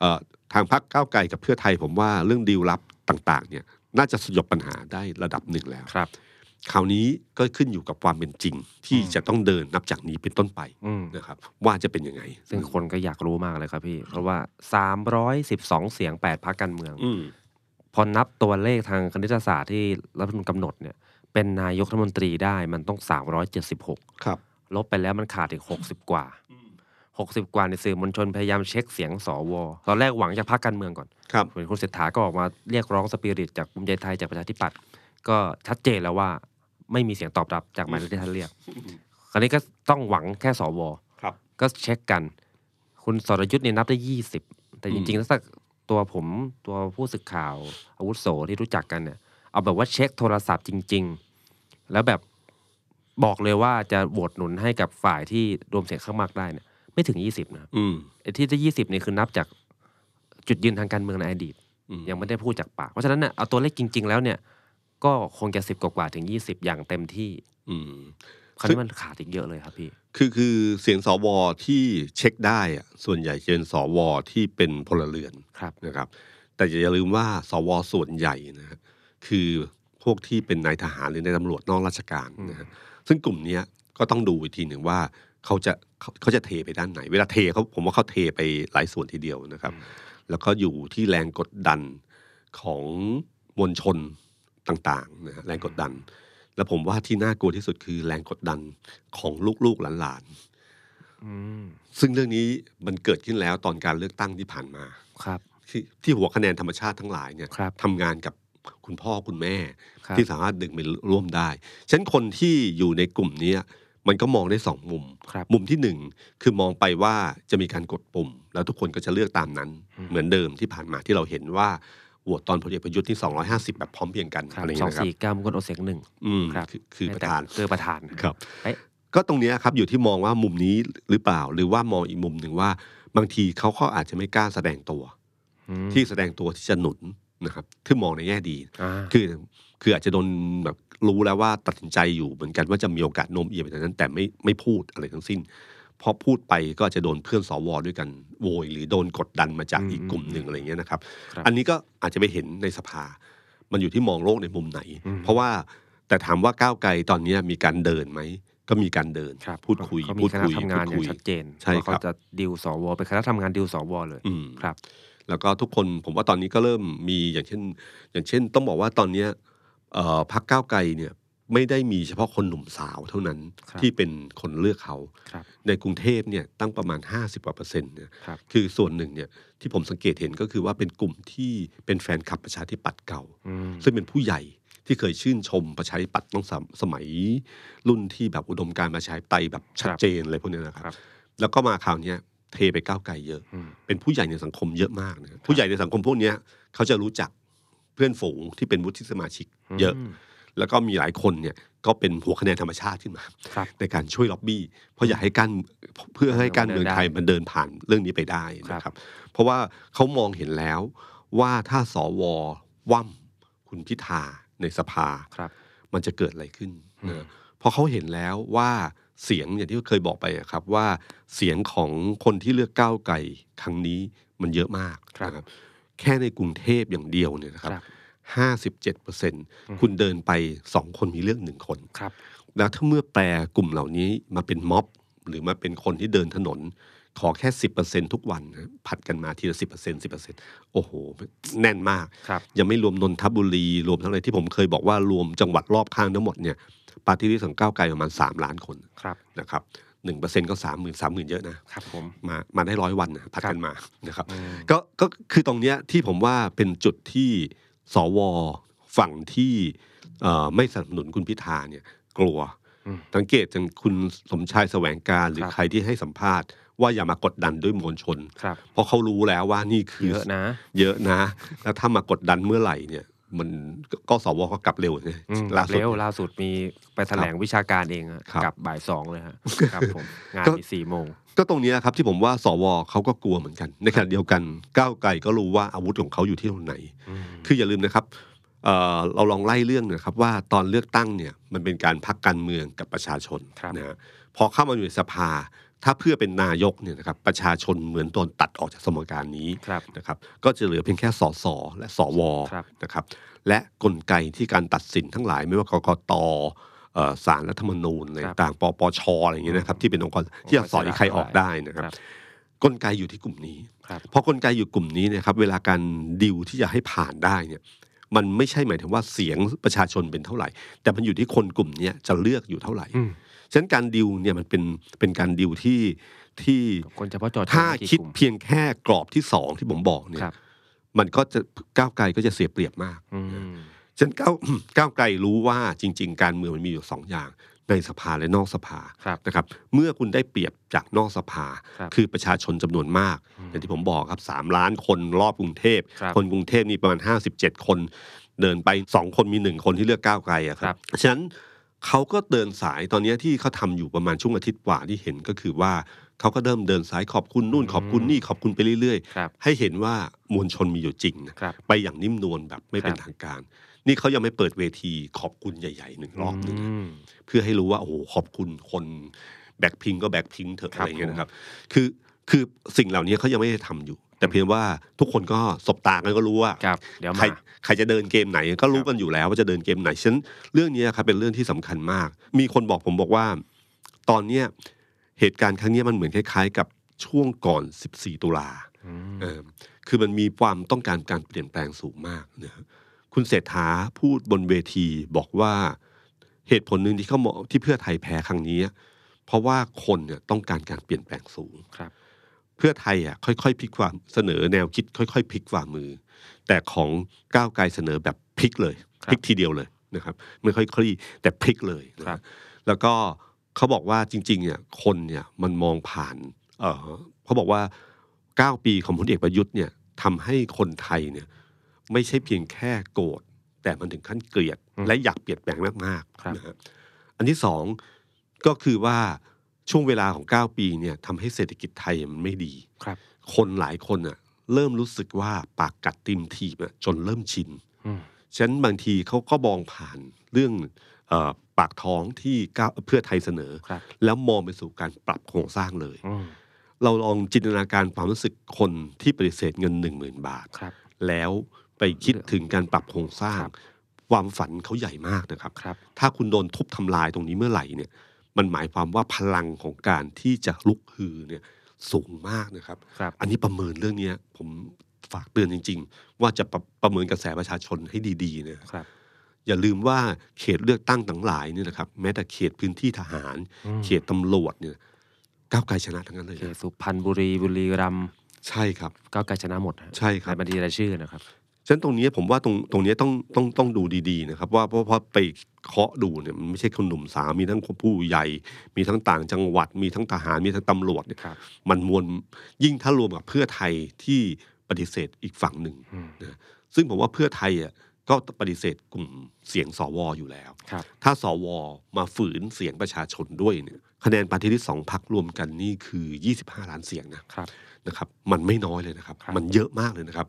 [SPEAKER 2] เอ่อทางพรรคก้าวไกลกับเพื่อไทยผมว่าเรื่องดีลลับต่างๆเนี่ยน่าจะสยบปัญหาได้ระดับหนึ่งแล้ว
[SPEAKER 3] ครับ
[SPEAKER 2] คราวนี้ก็ขึ้นอยู่กับความเป็นจริงที่จะต้องเดินนับจากนี้เป็นต้นไป
[SPEAKER 3] อืม
[SPEAKER 2] นะครับ ว่าจะเป็นยังไง
[SPEAKER 3] ซึ่งคนก็อยากรู้มากเลยครับพี่ เพราะว่า 312 เสียง 8พรรคการเมือง
[SPEAKER 2] อืม
[SPEAKER 3] พอนับตัวเลขทางคณิตศาสตร์ที่รัฐธรรมนูญกำหนดเนี่ย เป็นนายกรัฐมนตรีได้มันต้อง 376
[SPEAKER 2] ครับ
[SPEAKER 3] ลบไปแล้วมันขาดอีก 60 กว่า 60 กว่าในยสื่อมวลชนพยายามเช็คเสียงสวตอนแรกหวังจากพรรคการเมืองก่อน
[SPEAKER 2] ครับ
[SPEAKER 3] เหมือนคุณเศรษฐาก็ออกมาเรียกร้องสปิริตจากภูมิใจไทยจากประชาธิปัตย์ก็ชัดเจนแล้วว่าไม่มีเสียงตอบรับจากหมายเลขที่ท่านเรียก คราวนี้ก็ต้องหวังแค่สว
[SPEAKER 2] ครับ
[SPEAKER 3] ก็เช็คกัน คุณสรยุทธ์เนี่ยนับได้ยี่สิบแต่จริงๆแล้วสักตัวผมตัวผู้สึกข่าว อาวุโสที่รู้จักกันเนี่ย เอาแบบว่าเช็คโทรศัพท์จริง ๆ แล้วแบบบอกเลยว่าจะโหวตหนุนให้กับฝ่ายที่รวมเสียงข้างมากได้เนี่ยไม่ถึงยี่สิบนะครับ
[SPEAKER 2] อืม
[SPEAKER 3] ไอ้ที่ได้ยี่สิบนี่คือนับจากจุดยืนทางการเมืองในอดีต
[SPEAKER 2] อืม
[SPEAKER 3] ยังไม่ได้พูดจากปาก เพราะฉะนั้นเนี่ยเอาตัวเลขจริง ๆ แล้วเนี่ยก็คงจะสิบกว่าๆถึงยี่สิบอย่างเต็มที่
[SPEAKER 2] อืม
[SPEAKER 3] คราวนี้มันขาดอีกเยอะเลยครับพี่
[SPEAKER 2] คือคือเสียงสวที่เช็คได้อะส่วนใหญ่จะเป็นสวที่เป็นพลเรือน
[SPEAKER 3] ครับ
[SPEAKER 2] นะครับแต่อย่าลืมว่าสวส่วนใหญ่นะฮะคือพวกที่เป็นนายทหารหรือนายตำรวจนอกราชการนะฮะซึ่งกลุ่มเนี้ยก็ต้องดูอีกทีหนึ่งว่าเขาจะเขาเขาจะเทไปด้านไหน เวลาเทเขาผมว่าเขาเทไปหลายส่วนทีเดียวนะครับ แล้วก็อยู่ที่แรงกดดันของมวลชนต่างๆนะฮะแรงกดดัน แล้วผมว่าที่น่ากลัวที่สุดคือแรงกดดันของลูกๆหลาน
[SPEAKER 3] อืม
[SPEAKER 2] ๆ ซึ่งเรื่องนี้มันเกิดขึ้นแล้วตอนการเลือกตั้งที่ผ่านมา
[SPEAKER 3] ครับ
[SPEAKER 2] ที่ที่หัวคะแนนธรรมชาติทั้งหลายเนี่ย
[SPEAKER 3] ครับ
[SPEAKER 2] ทำงานกับคุณพ่อคุณแม่
[SPEAKER 3] ครับ
[SPEAKER 2] ที่สามารถดึงไปร่วมได้ฉะนั้นคนที่อยู่ในกลุ่มเนี้ยมันก็มองได้สองมุม
[SPEAKER 3] ครับ
[SPEAKER 2] มุมที่หนึ่งคือมองไปว่าจะมีการกดปุ่ม แล้วทุกคนก็จะเลือกตามนั้น
[SPEAKER 3] อืม
[SPEAKER 2] เหมือนเดิมที่ผ่านมาที่เราเห็นว่าโหวตตอนพลเอกประยุทธ์ที่250 แบบพร้อมเพรียงกัน
[SPEAKER 3] ครั
[SPEAKER 2] อะ
[SPEAKER 3] บ
[SPEAKER 2] ไรอย่าง
[SPEAKER 3] สอง
[SPEAKER 2] เงี้ยนะครับ
[SPEAKER 3] สี่เก้ามงคลโอเสียงหนึ่ง
[SPEAKER 2] อืม
[SPEAKER 3] ครับ
[SPEAKER 2] คือคือประธาน
[SPEAKER 3] คือประธาน
[SPEAKER 2] ครับ
[SPEAKER 3] เอ๊ะ
[SPEAKER 2] ก็ตรงเนี้ยครับอยู่ที่มองว่ามุมนี้หรือเปล่า หรือว่ามองอีกมุมหนึ่งว่า บางทีเขาก็อาจจะไม่กล้าแสดงตัว
[SPEAKER 3] อืม
[SPEAKER 2] ที่แสดงตัวที่จะหนุนนะครับคือมองในแง่ดี
[SPEAKER 3] อ่า
[SPEAKER 2] คือคืออาจจะโดนแบบรู้แล้วว่าตัดสินใจอยู่เหมือนกันว่าจะมีโอกาสโน้มเอียงไปทางนั้น แต่ไม่ไม่พูดอะไรทั้งสิ้นเพราะพูดไปก็อาจจะโดนเพื่อนสวด้วยกันโวย หรือโดนกดดันมาจากอีกกลุ่มหนึ่งอะไรอย่างเงี้ยนะครับ
[SPEAKER 3] ครับ
[SPEAKER 2] อันนี้ก็อาจจะไปเห็นในสภา มันอยู่ที่มองโลกในมุมไหน
[SPEAKER 3] อืม
[SPEAKER 2] เพราะว่าแต่ถามว่าก้าวไกลตอนเนี้ยมีการเดินไหม ก็มีการเดิน
[SPEAKER 3] ครับ
[SPEAKER 2] พูดคุย
[SPEAKER 3] เขามี
[SPEAKER 2] พูด
[SPEAKER 3] คณะ
[SPEAKER 2] คุย
[SPEAKER 3] ทำงานอ
[SPEAKER 2] พูดคุ
[SPEAKER 3] ย่าง
[SPEAKER 2] ย
[SPEAKER 3] ชัดเจน
[SPEAKER 2] ใช่
[SPEAKER 3] ว่า
[SPEAKER 2] ค
[SPEAKER 3] เขา
[SPEAKER 2] รับ
[SPEAKER 3] จะดิวสวเป็นคณะทำงานดิวสวเลย
[SPEAKER 2] อืม
[SPEAKER 3] ครับ
[SPEAKER 2] แล้วก็ทุกคนผมว่าตอนนี้ก็เริ่มมีอย่างเช่น อย่างเช่น ต้องบอกว่าตอนเนี้ยเอ่อพักก้าวไกลเนี่ย ไม่ได้มีเฉพาะคนหนุ่มสาวเท่านั้น
[SPEAKER 3] ครับ
[SPEAKER 2] ที่เป็นคนเลือกเขา
[SPEAKER 3] ครับ
[SPEAKER 2] ในกรุงเทพเนี่ยตั้งประมาณ 50กว่าเปอร์เซ็นต์เนี่ย
[SPEAKER 3] ครับ
[SPEAKER 2] คือส่วนหนึ่งเนี่ยที่ผมสังเกตเห็นก็คือว่าเป็นกลุ่มที่เป็นแฟนคลับประชาธิปัตย์เก่า
[SPEAKER 3] อืม
[SPEAKER 2] ซึ่งเป็นผู้ใหญ่ที่เคยชื่นชมประชาธิปัตย์ตั้งสมสมัย รุ่นที่แบบอุดมการณ์ประชาธิปไตยแบบชัดเจนอะไรพวกเนี้ยนะค
[SPEAKER 3] ครับ รับ
[SPEAKER 2] แล้วก็มาคราวเนี้ยเทไปก้าวไกลเยอะ
[SPEAKER 3] อืม
[SPEAKER 2] เป็นผู้ใหญ่ในสังคมเยอะมากนะครับผู้ใหญ่ในสังคมพวกเนี้ยเขาจะรู้จักเพื่อนฝูงที่เป็นวุฒิสมาชิกเยอะ แล้วก็มีหลายคนเนี่ยก็เป็นหัวคะแนนธรรมชาติขึ้นมา
[SPEAKER 3] ครับ
[SPEAKER 2] ในการช่วยล็อบบี้ เพราะอยากให้การเพื่อให้การเมืองไทยมันเดินผ่านเรื่องนี้ไปได้นะครับ เพราะว่าเขามองเห็นแล้วว่าถ้าสวว่ำคุณพิธาในสภา
[SPEAKER 3] ครับ
[SPEAKER 2] มันจะเกิดอะไรขึ้น
[SPEAKER 3] อืม
[SPEAKER 2] นะเพราะเขาเห็นแล้วว่าเสียงอย่างที่เคยบอกไปอะครับว่าเสียงของคนที่เลือกก้าวไกลครั้งนี้มันเยอะมาก
[SPEAKER 3] ครับ
[SPEAKER 2] นะครับ แค่ในกรุงเทพอย่างเดียวเนี่ยนะ
[SPEAKER 3] ค
[SPEAKER 2] ครั
[SPEAKER 3] รั
[SPEAKER 2] บบ ห้าสิบเจ็ดเปอร์เซ็นคุณเดินไปสองคนมีเรื่องหนึ่งคน
[SPEAKER 3] ครับ
[SPEAKER 2] แล้วถ้าเมื่อแปลกลุ่มเหล่านี้มาเป็นม็อบ หรือมาเป็นคนที่เดินถนน ขอแค่สิบเปอร์เซ็นทุกวันนะผัดกันมาทีละสิบเปอร์เซ็นสิบเปอร์เซ็นโอ้โห แน่นมาก
[SPEAKER 3] ครับ
[SPEAKER 2] ยังไม่รวมนนทบุรี รวมทั้งอะไรที่ผมเคยบอกว่ารวมจังหวัดรอบข้างทั้งหมดเนี่ยปาร์ตี้ลิสต์ของก้าวไกลประมาณ 3 ล้านคน
[SPEAKER 3] ครับ
[SPEAKER 2] นะครับหนึ่งเปอร์เซ็นต์ก็สามหมื่นสามหมื่นเยอะนะ
[SPEAKER 3] ครับผม
[SPEAKER 2] มามาได้ร้อยวันนะพัดกันมานะครับ
[SPEAKER 3] อืม
[SPEAKER 2] ก็ก็คือตรงเนี้ยที่ผมว่าเป็นจุดที่สวฝั่งที่เอ่อไม่สนับสนุนคุณพิธาเนี่ยกลัว
[SPEAKER 3] อืม
[SPEAKER 2] สังเกตจากคุณสมชายแสวงการหรือ
[SPEAKER 3] ครับ
[SPEAKER 2] ใครที่ให้สัมภาษณ์ ว่าอย่ามากดดันด้วยมวลชน
[SPEAKER 3] ครับ
[SPEAKER 2] เพราะเขารู้แล้วว่านี่คือ
[SPEAKER 3] เยอะนะ
[SPEAKER 2] เยอะนะ แล้วถ้ามากดดันเมื่อไหร่เนี่ย มันก็ก็สวก็กลับเร็วนะ
[SPEAKER 3] อืม
[SPEAKER 2] ล่าสุด
[SPEAKER 3] เร็วล่าสุดมีไปแถลงวิชาการเองอะ
[SPEAKER 2] ครับ
[SPEAKER 3] กลับบ่ายสองเลย ฮะ ครับผม งาน
[SPEAKER 2] ก็
[SPEAKER 3] มีสี่โมง
[SPEAKER 2] ก็ตรงเนี้ยครับที่ผมว่าสวเขาก็กลัวเหมือนกัน ในขณะเดียวกันก้าวไกลก็รู้ว่าอาวุธของเขาอยู่ที่ตรงไหน คืออย่าลืมนะครับเอ่อเราลองไล่เรื่องนะครับว่าตอนเลือกตั้งเนี่ยมันเป็นการพักการเมืองกับประชาชน
[SPEAKER 3] ครับ
[SPEAKER 2] นะฮะพอเข้ามาอยู่ในสภา ถ้าเพื่อเป็นนายกเนี่ยนะครับประชาชนเหมือนโดนตัดออกจากสมการนี้
[SPEAKER 3] ครับ
[SPEAKER 2] นะครับก็จะเหลือเพียงแค่สสและสว
[SPEAKER 3] ครับ
[SPEAKER 2] นะครับและกลไกที่การตัดสินทั้งหลายไม่ว่ากกตเอ่อสารรัฐธรรมนูญอะไรต่างปปชอะไรอย่างเงี้ยนะครับที่เป็นองค์กรที่จะสอนให้ใครออกได้นะครับกลไกอยู่ที่กลุ่มนี้
[SPEAKER 3] ครับ
[SPEAKER 2] เพราะกลไกอยู่กลุ่มนี้เนะครับเวลาการดิวที่จะให้ผ่านได้เนี่ยมันไม่ใช่หมายถึงว่าเสียงประชาชนเป็นเท่าไหร่ แต่มันอยู่ที่คนกลุ่มเนี้ยจะเลือกอยู่เท่าไหร่
[SPEAKER 3] อืม
[SPEAKER 2] ฉะนั้นการดิวเนี่ยมันเป็นเป็นการดิวที่ที่
[SPEAKER 3] คนเฉพาะเจอจง
[SPEAKER 2] ถ้า
[SPEAKER 3] กี่
[SPEAKER 2] คิด
[SPEAKER 3] กลุ่ม
[SPEAKER 2] เพียงแค่กรอบที่สองที่ผมบอกเนี่ย
[SPEAKER 3] ครับ
[SPEAKER 2] มันก็จะก้าวไกลก็จะเสียเปรียบมาก
[SPEAKER 3] อืม
[SPEAKER 2] ฉะนันก้าว ก้าวไกลรู้ว่าจริง ๆ การเมืองมันมีอยู่สองอย่าง ในสภาและนอกสภา
[SPEAKER 3] ครับ
[SPEAKER 2] นะครับ เมื่อคุณได้เปรียบจากนอกสภา
[SPEAKER 3] ครับ
[SPEAKER 2] อประชาชนจำนวนมาก อย่างที่ผมบอกครับสามล้านคนรอบกรุงเทพ
[SPEAKER 3] ครับ
[SPEAKER 2] นกรุงเทพนี่ประมาณ 57 คน เดินไปสองคนมีหนึ่งคนที่เลือกก้าวไกลอะค
[SPEAKER 3] ครั
[SPEAKER 2] รับ บฉะนั้นเขาก็เดินสายตอนเนี้ยที่เขาทำอยู่ประมาณช่วงอาทิตย์กว่าที่เห็นก็คือว่าเขาก็เริ่มเดินสายขอบคุณนู่นขอบคุณนี่ขอบคุณไปเรื่อย ๆ
[SPEAKER 3] ครับ
[SPEAKER 2] ให้เห็นว่ามวลชนมีอยู่จริงนะครับ ไปอย่างนิ่มนวลแบบไม่เป็น
[SPEAKER 3] ครับ
[SPEAKER 2] ทางการ นี่เขายังไม่เปิดเวทีขอบคุณใหญ่ๆหนึ่งรอบหนึ่ง
[SPEAKER 3] อืม
[SPEAKER 2] เพื่อให้รู้ว่าโอ้โหขอบคุณคนแบ็คพิงก็แบ็คพิงเถอะอะ
[SPEAKER 3] ครับ
[SPEAKER 2] ไรอย่างเงี้ย
[SPEAKER 3] ผม
[SPEAKER 2] นะครับคือคือสิ่งเหล่านี้เขายังไม่ได้ทำอยู่ แต่เพียงว่าทุกคนก็สบตากันก็รู้ว่า
[SPEAKER 3] ครับ เดี๋ยว
[SPEAKER 2] ใคร
[SPEAKER 3] มา
[SPEAKER 2] ใครจะเดินเกมไหนก็รู้กันอยู่แล้วว่าจะเดินเกมไหนฉะนันเรื่องนี้ครับเป็นเรื่องที่สำคัญมาก มีคนบอกผมบอกว่า ตอนเนี้ยเหตุการณ์ครั้งเนี้ยมันเหมือนคล้ายๆ กับช่วงก่อน 14 ตุลาเออคือมันมีความต้องการการเปลี่ยนแปลงสูงมากนะฮะคุณเศรษฐาพูดบนเวทีบอกว่าเหตุผลหนึ่งที่เขามองที่เพื่อไทยแพ้ครั้งนี้ เพราะว่าคนเนี่ยต้องการการเปลี่ยนแปลงสูง
[SPEAKER 3] ครับ
[SPEAKER 2] เพื่อไทยอ่ะค่อยๆพลิกความเสนอแนวคิดค่อยๆพลิกฝ่ามือ แต่ของก้าวไกลเสนอแบบพลิกเลย
[SPEAKER 3] ค
[SPEAKER 2] พ
[SPEAKER 3] รับ
[SPEAKER 2] ลิกทีเดียวเลยนะครับไม่ค่อยคลี่แต่พลิกเลยนะครับ แล้วก็เขาบอกว่าจริงๆเนี่ยคนเนี่ยมันมองผ่านเอ่อเขาบอกว่า 9 ปีของพลเอกประยุทธ์เนี่ยทำให้คนไทยเนี่ยไม่ใช่เพียงแค่โกรธแต่มันถึงขั้นเกลียด
[SPEAKER 3] อืม
[SPEAKER 2] และอยากเปลี่ยนแปลงมาก
[SPEAKER 3] ครับ
[SPEAKER 2] ๆนะฮะอันที่สองก็คือว่าช่วงเวลาของ 9 ปีเนี่ยทำให้เศรษฐกิจไทยมันไม่ดี
[SPEAKER 3] ครับ
[SPEAKER 2] คนหลายคนอ่ะเริ่มรู้สึกว่าปากกัดติมทีบอะจนเริ่มชิน
[SPEAKER 3] อืม
[SPEAKER 2] ฉะนั้นบางทีเขาก็มองผ่านเรื่องเออปากท้องที่ก้าวเพื่อไทยเสนอ
[SPEAKER 3] ครับ
[SPEAKER 2] แล้วมองไปสู่การปรับโครงสร้างเลย
[SPEAKER 3] อืม
[SPEAKER 2] เราลองจินตนาการความรู้สึกคนที่ปฏิเสธเงิน 1 0,000 บาท
[SPEAKER 3] ครับ
[SPEAKER 2] แล้วไปคิดถึงการปรับโครงสร้าง
[SPEAKER 3] ครับ
[SPEAKER 2] ความฝันเขาใหญ่มากนะครับ
[SPEAKER 3] ครับ
[SPEAKER 2] ถ้าคุณโดนทุบทำลายตรงนี้เมื่อไหร่เนี่ย มันหมายความว่าพลังของการที่จะลุกฮือเนี่ยสูงมากนะครับ
[SPEAKER 3] ครับ
[SPEAKER 2] อันนี้ประเมินเรื่องเนี้ยผมฝากเตือนจริง ๆ ว่าจะประประเมินกระแสประชาชนให้ดีๆนะครับ อย่าลืมว่าเขตเลือกตั้งทั้งหลายเนี่ยนะครับแม้แต่เขตพื้นที่ทหาร
[SPEAKER 3] อืม
[SPEAKER 2] เขตตำรวจเนี่ยก้าวไกลชนะทั้งนั้นเลย
[SPEAKER 3] เขต
[SPEAKER 2] นะ
[SPEAKER 3] สุพรรณบุรีบุรีรัมย์
[SPEAKER 2] ใช่ครับ
[SPEAKER 3] ก้าวไกลชนะหมดฮะ
[SPEAKER 2] ใช่ค
[SPEAKER 3] ใน
[SPEAKER 2] รับ
[SPEAKER 3] บัญชีรายชื่อนะครับ
[SPEAKER 2] ฉะนั้นตรงนี้ผมว่าตรงตรงนี้ต้องต้องต้องดูดีๆนะครับว่าเพราะเพราะไปเคาะดูเนี่ยมันไม่ใช่คนหนุ่มสาวมีทั้งผู้ใหญ่ มีทั้งต่างจังหวัด มีทั้งทหารมีทั้งตำรวจเนี่ย
[SPEAKER 3] ครับ
[SPEAKER 2] มันมวลยิ่งถ้ารวมกับเพื่อไทยที่ปฏิเสธอีกฝั่งหนึ่ง
[SPEAKER 3] อืม
[SPEAKER 2] นะซึ่งผมว่าเพื่อไทยอ่ะก็ปฏิเสธกลุ่มเสียงสวอยู่แล้ว
[SPEAKER 3] ครับ
[SPEAKER 2] ถ้าสวมาฝืนเสียงประชาชนด้วยเนี่ยคะแนนปฏิรตี้ลิษสองพักรวมกันนี่คือ 25 ล้านเสียงนะ
[SPEAKER 3] ครับ
[SPEAKER 2] นะครับมันไม่น้อยเลยนะครับ
[SPEAKER 3] ครับ
[SPEAKER 2] มันเยอะมากเลยนะครับ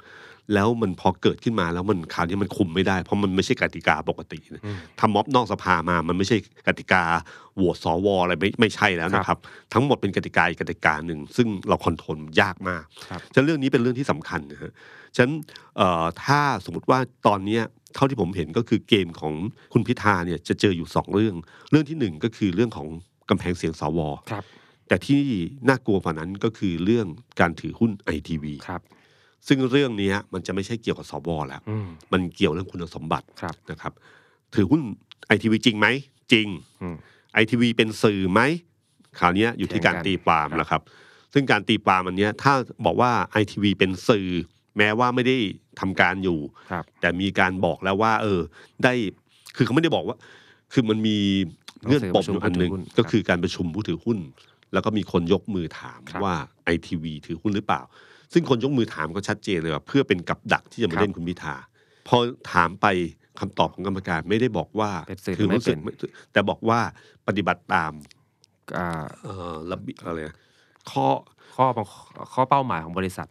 [SPEAKER 2] แล้วมันพอเกิดขึ้นมาแล้วมันคราวนี้มันคุมไม่ได้เพราะมันไม่ใช่กติกาปกตินะ
[SPEAKER 3] อืม
[SPEAKER 2] ทำม็อบนอกสภามามันไม่ใช่กติกาโหวตสวอะไรไม่ไม่ใช่แล้วนะครับ ทั้งหมดเป็นกติกาอีกกติกาหนึ่งซึ่งเราคอนโทรลยากมาก
[SPEAKER 3] ครับ
[SPEAKER 2] ฉะนั้นเรื่องนี้เป็นเรื่องที่สำคัญนะฮะฉะนั้นเอ่อถ้าสมมติว่าตอนเนี้ยเท่าที่ผมเห็นก็คือเกมของคุณพิธาเนี่ยจะเจออยู่สองเรื่อง เรื่องที่หนึ่งก็คือเรื่องของกำแพงเสียงสว
[SPEAKER 3] ครับ
[SPEAKER 2] แต่ที่น่ากลัวกว่านั้นก็คือเรื่องการถือหุ้นไอทีวี
[SPEAKER 3] ครับ
[SPEAKER 2] ซึ่งเรื่องเนี้ยมันจะไม่ใช่เกี่ยวกับสวแล้ว
[SPEAKER 3] อืม
[SPEAKER 2] มันเกี่ยวเรื่องคุณสมบัติ
[SPEAKER 3] ครับ
[SPEAKER 2] นะครับ ถือหุ้นไอทีวีจริงไหม จริง
[SPEAKER 3] อืม
[SPEAKER 2] ไอทีวีเป็นสื่อไหมคราวเนี้ยอยู่ที่การ
[SPEAKER 3] เถียงกัน
[SPEAKER 2] ตีความ
[SPEAKER 3] ครับ
[SPEAKER 2] แล้วครับ ซึ่งการตีความอันเนี้ยถ้าบอกว่าไอทีวีเป็นสื่อ แม้ว่าไม่ได้ทำการอยู่
[SPEAKER 3] ครับ
[SPEAKER 2] แต่มีการบอกแล้วว่า เออ ได้คือเขาไม่ได้บอกว่า คือมันมีเงื่อนปมอยู่อันหนึ่ง
[SPEAKER 3] หนังสือประชุมผู้ถือหุ้น
[SPEAKER 2] ก็คือการประชุมผู้ถือหุ้น แล้วก็มีคนยกมือถาม
[SPEAKER 3] ครับ
[SPEAKER 2] ว่าไอทีวีถือหุ้นหรือเปล่า ซึ่งคนยกมือถามก็ชัดเจนเลยว่าเพื่อเป็นกับดักที่จะมา
[SPEAKER 3] ครับ
[SPEAKER 2] เล่นคุณพิธาพอถามไปคำตอบของกรรมการไม่ได้บอกว่า
[SPEAKER 3] เป็นสื่อหรื
[SPEAKER 2] ถื
[SPEAKER 3] อไม่
[SPEAKER 2] หุ้น
[SPEAKER 3] เป็น
[SPEAKER 2] ไม่แต่บอกว่าปฏิบัติตาม
[SPEAKER 3] อ่า
[SPEAKER 2] เอ่อระเบียบอะไรนะข้อ
[SPEAKER 3] ข้อบังข้อเป้าหมายของบริษัท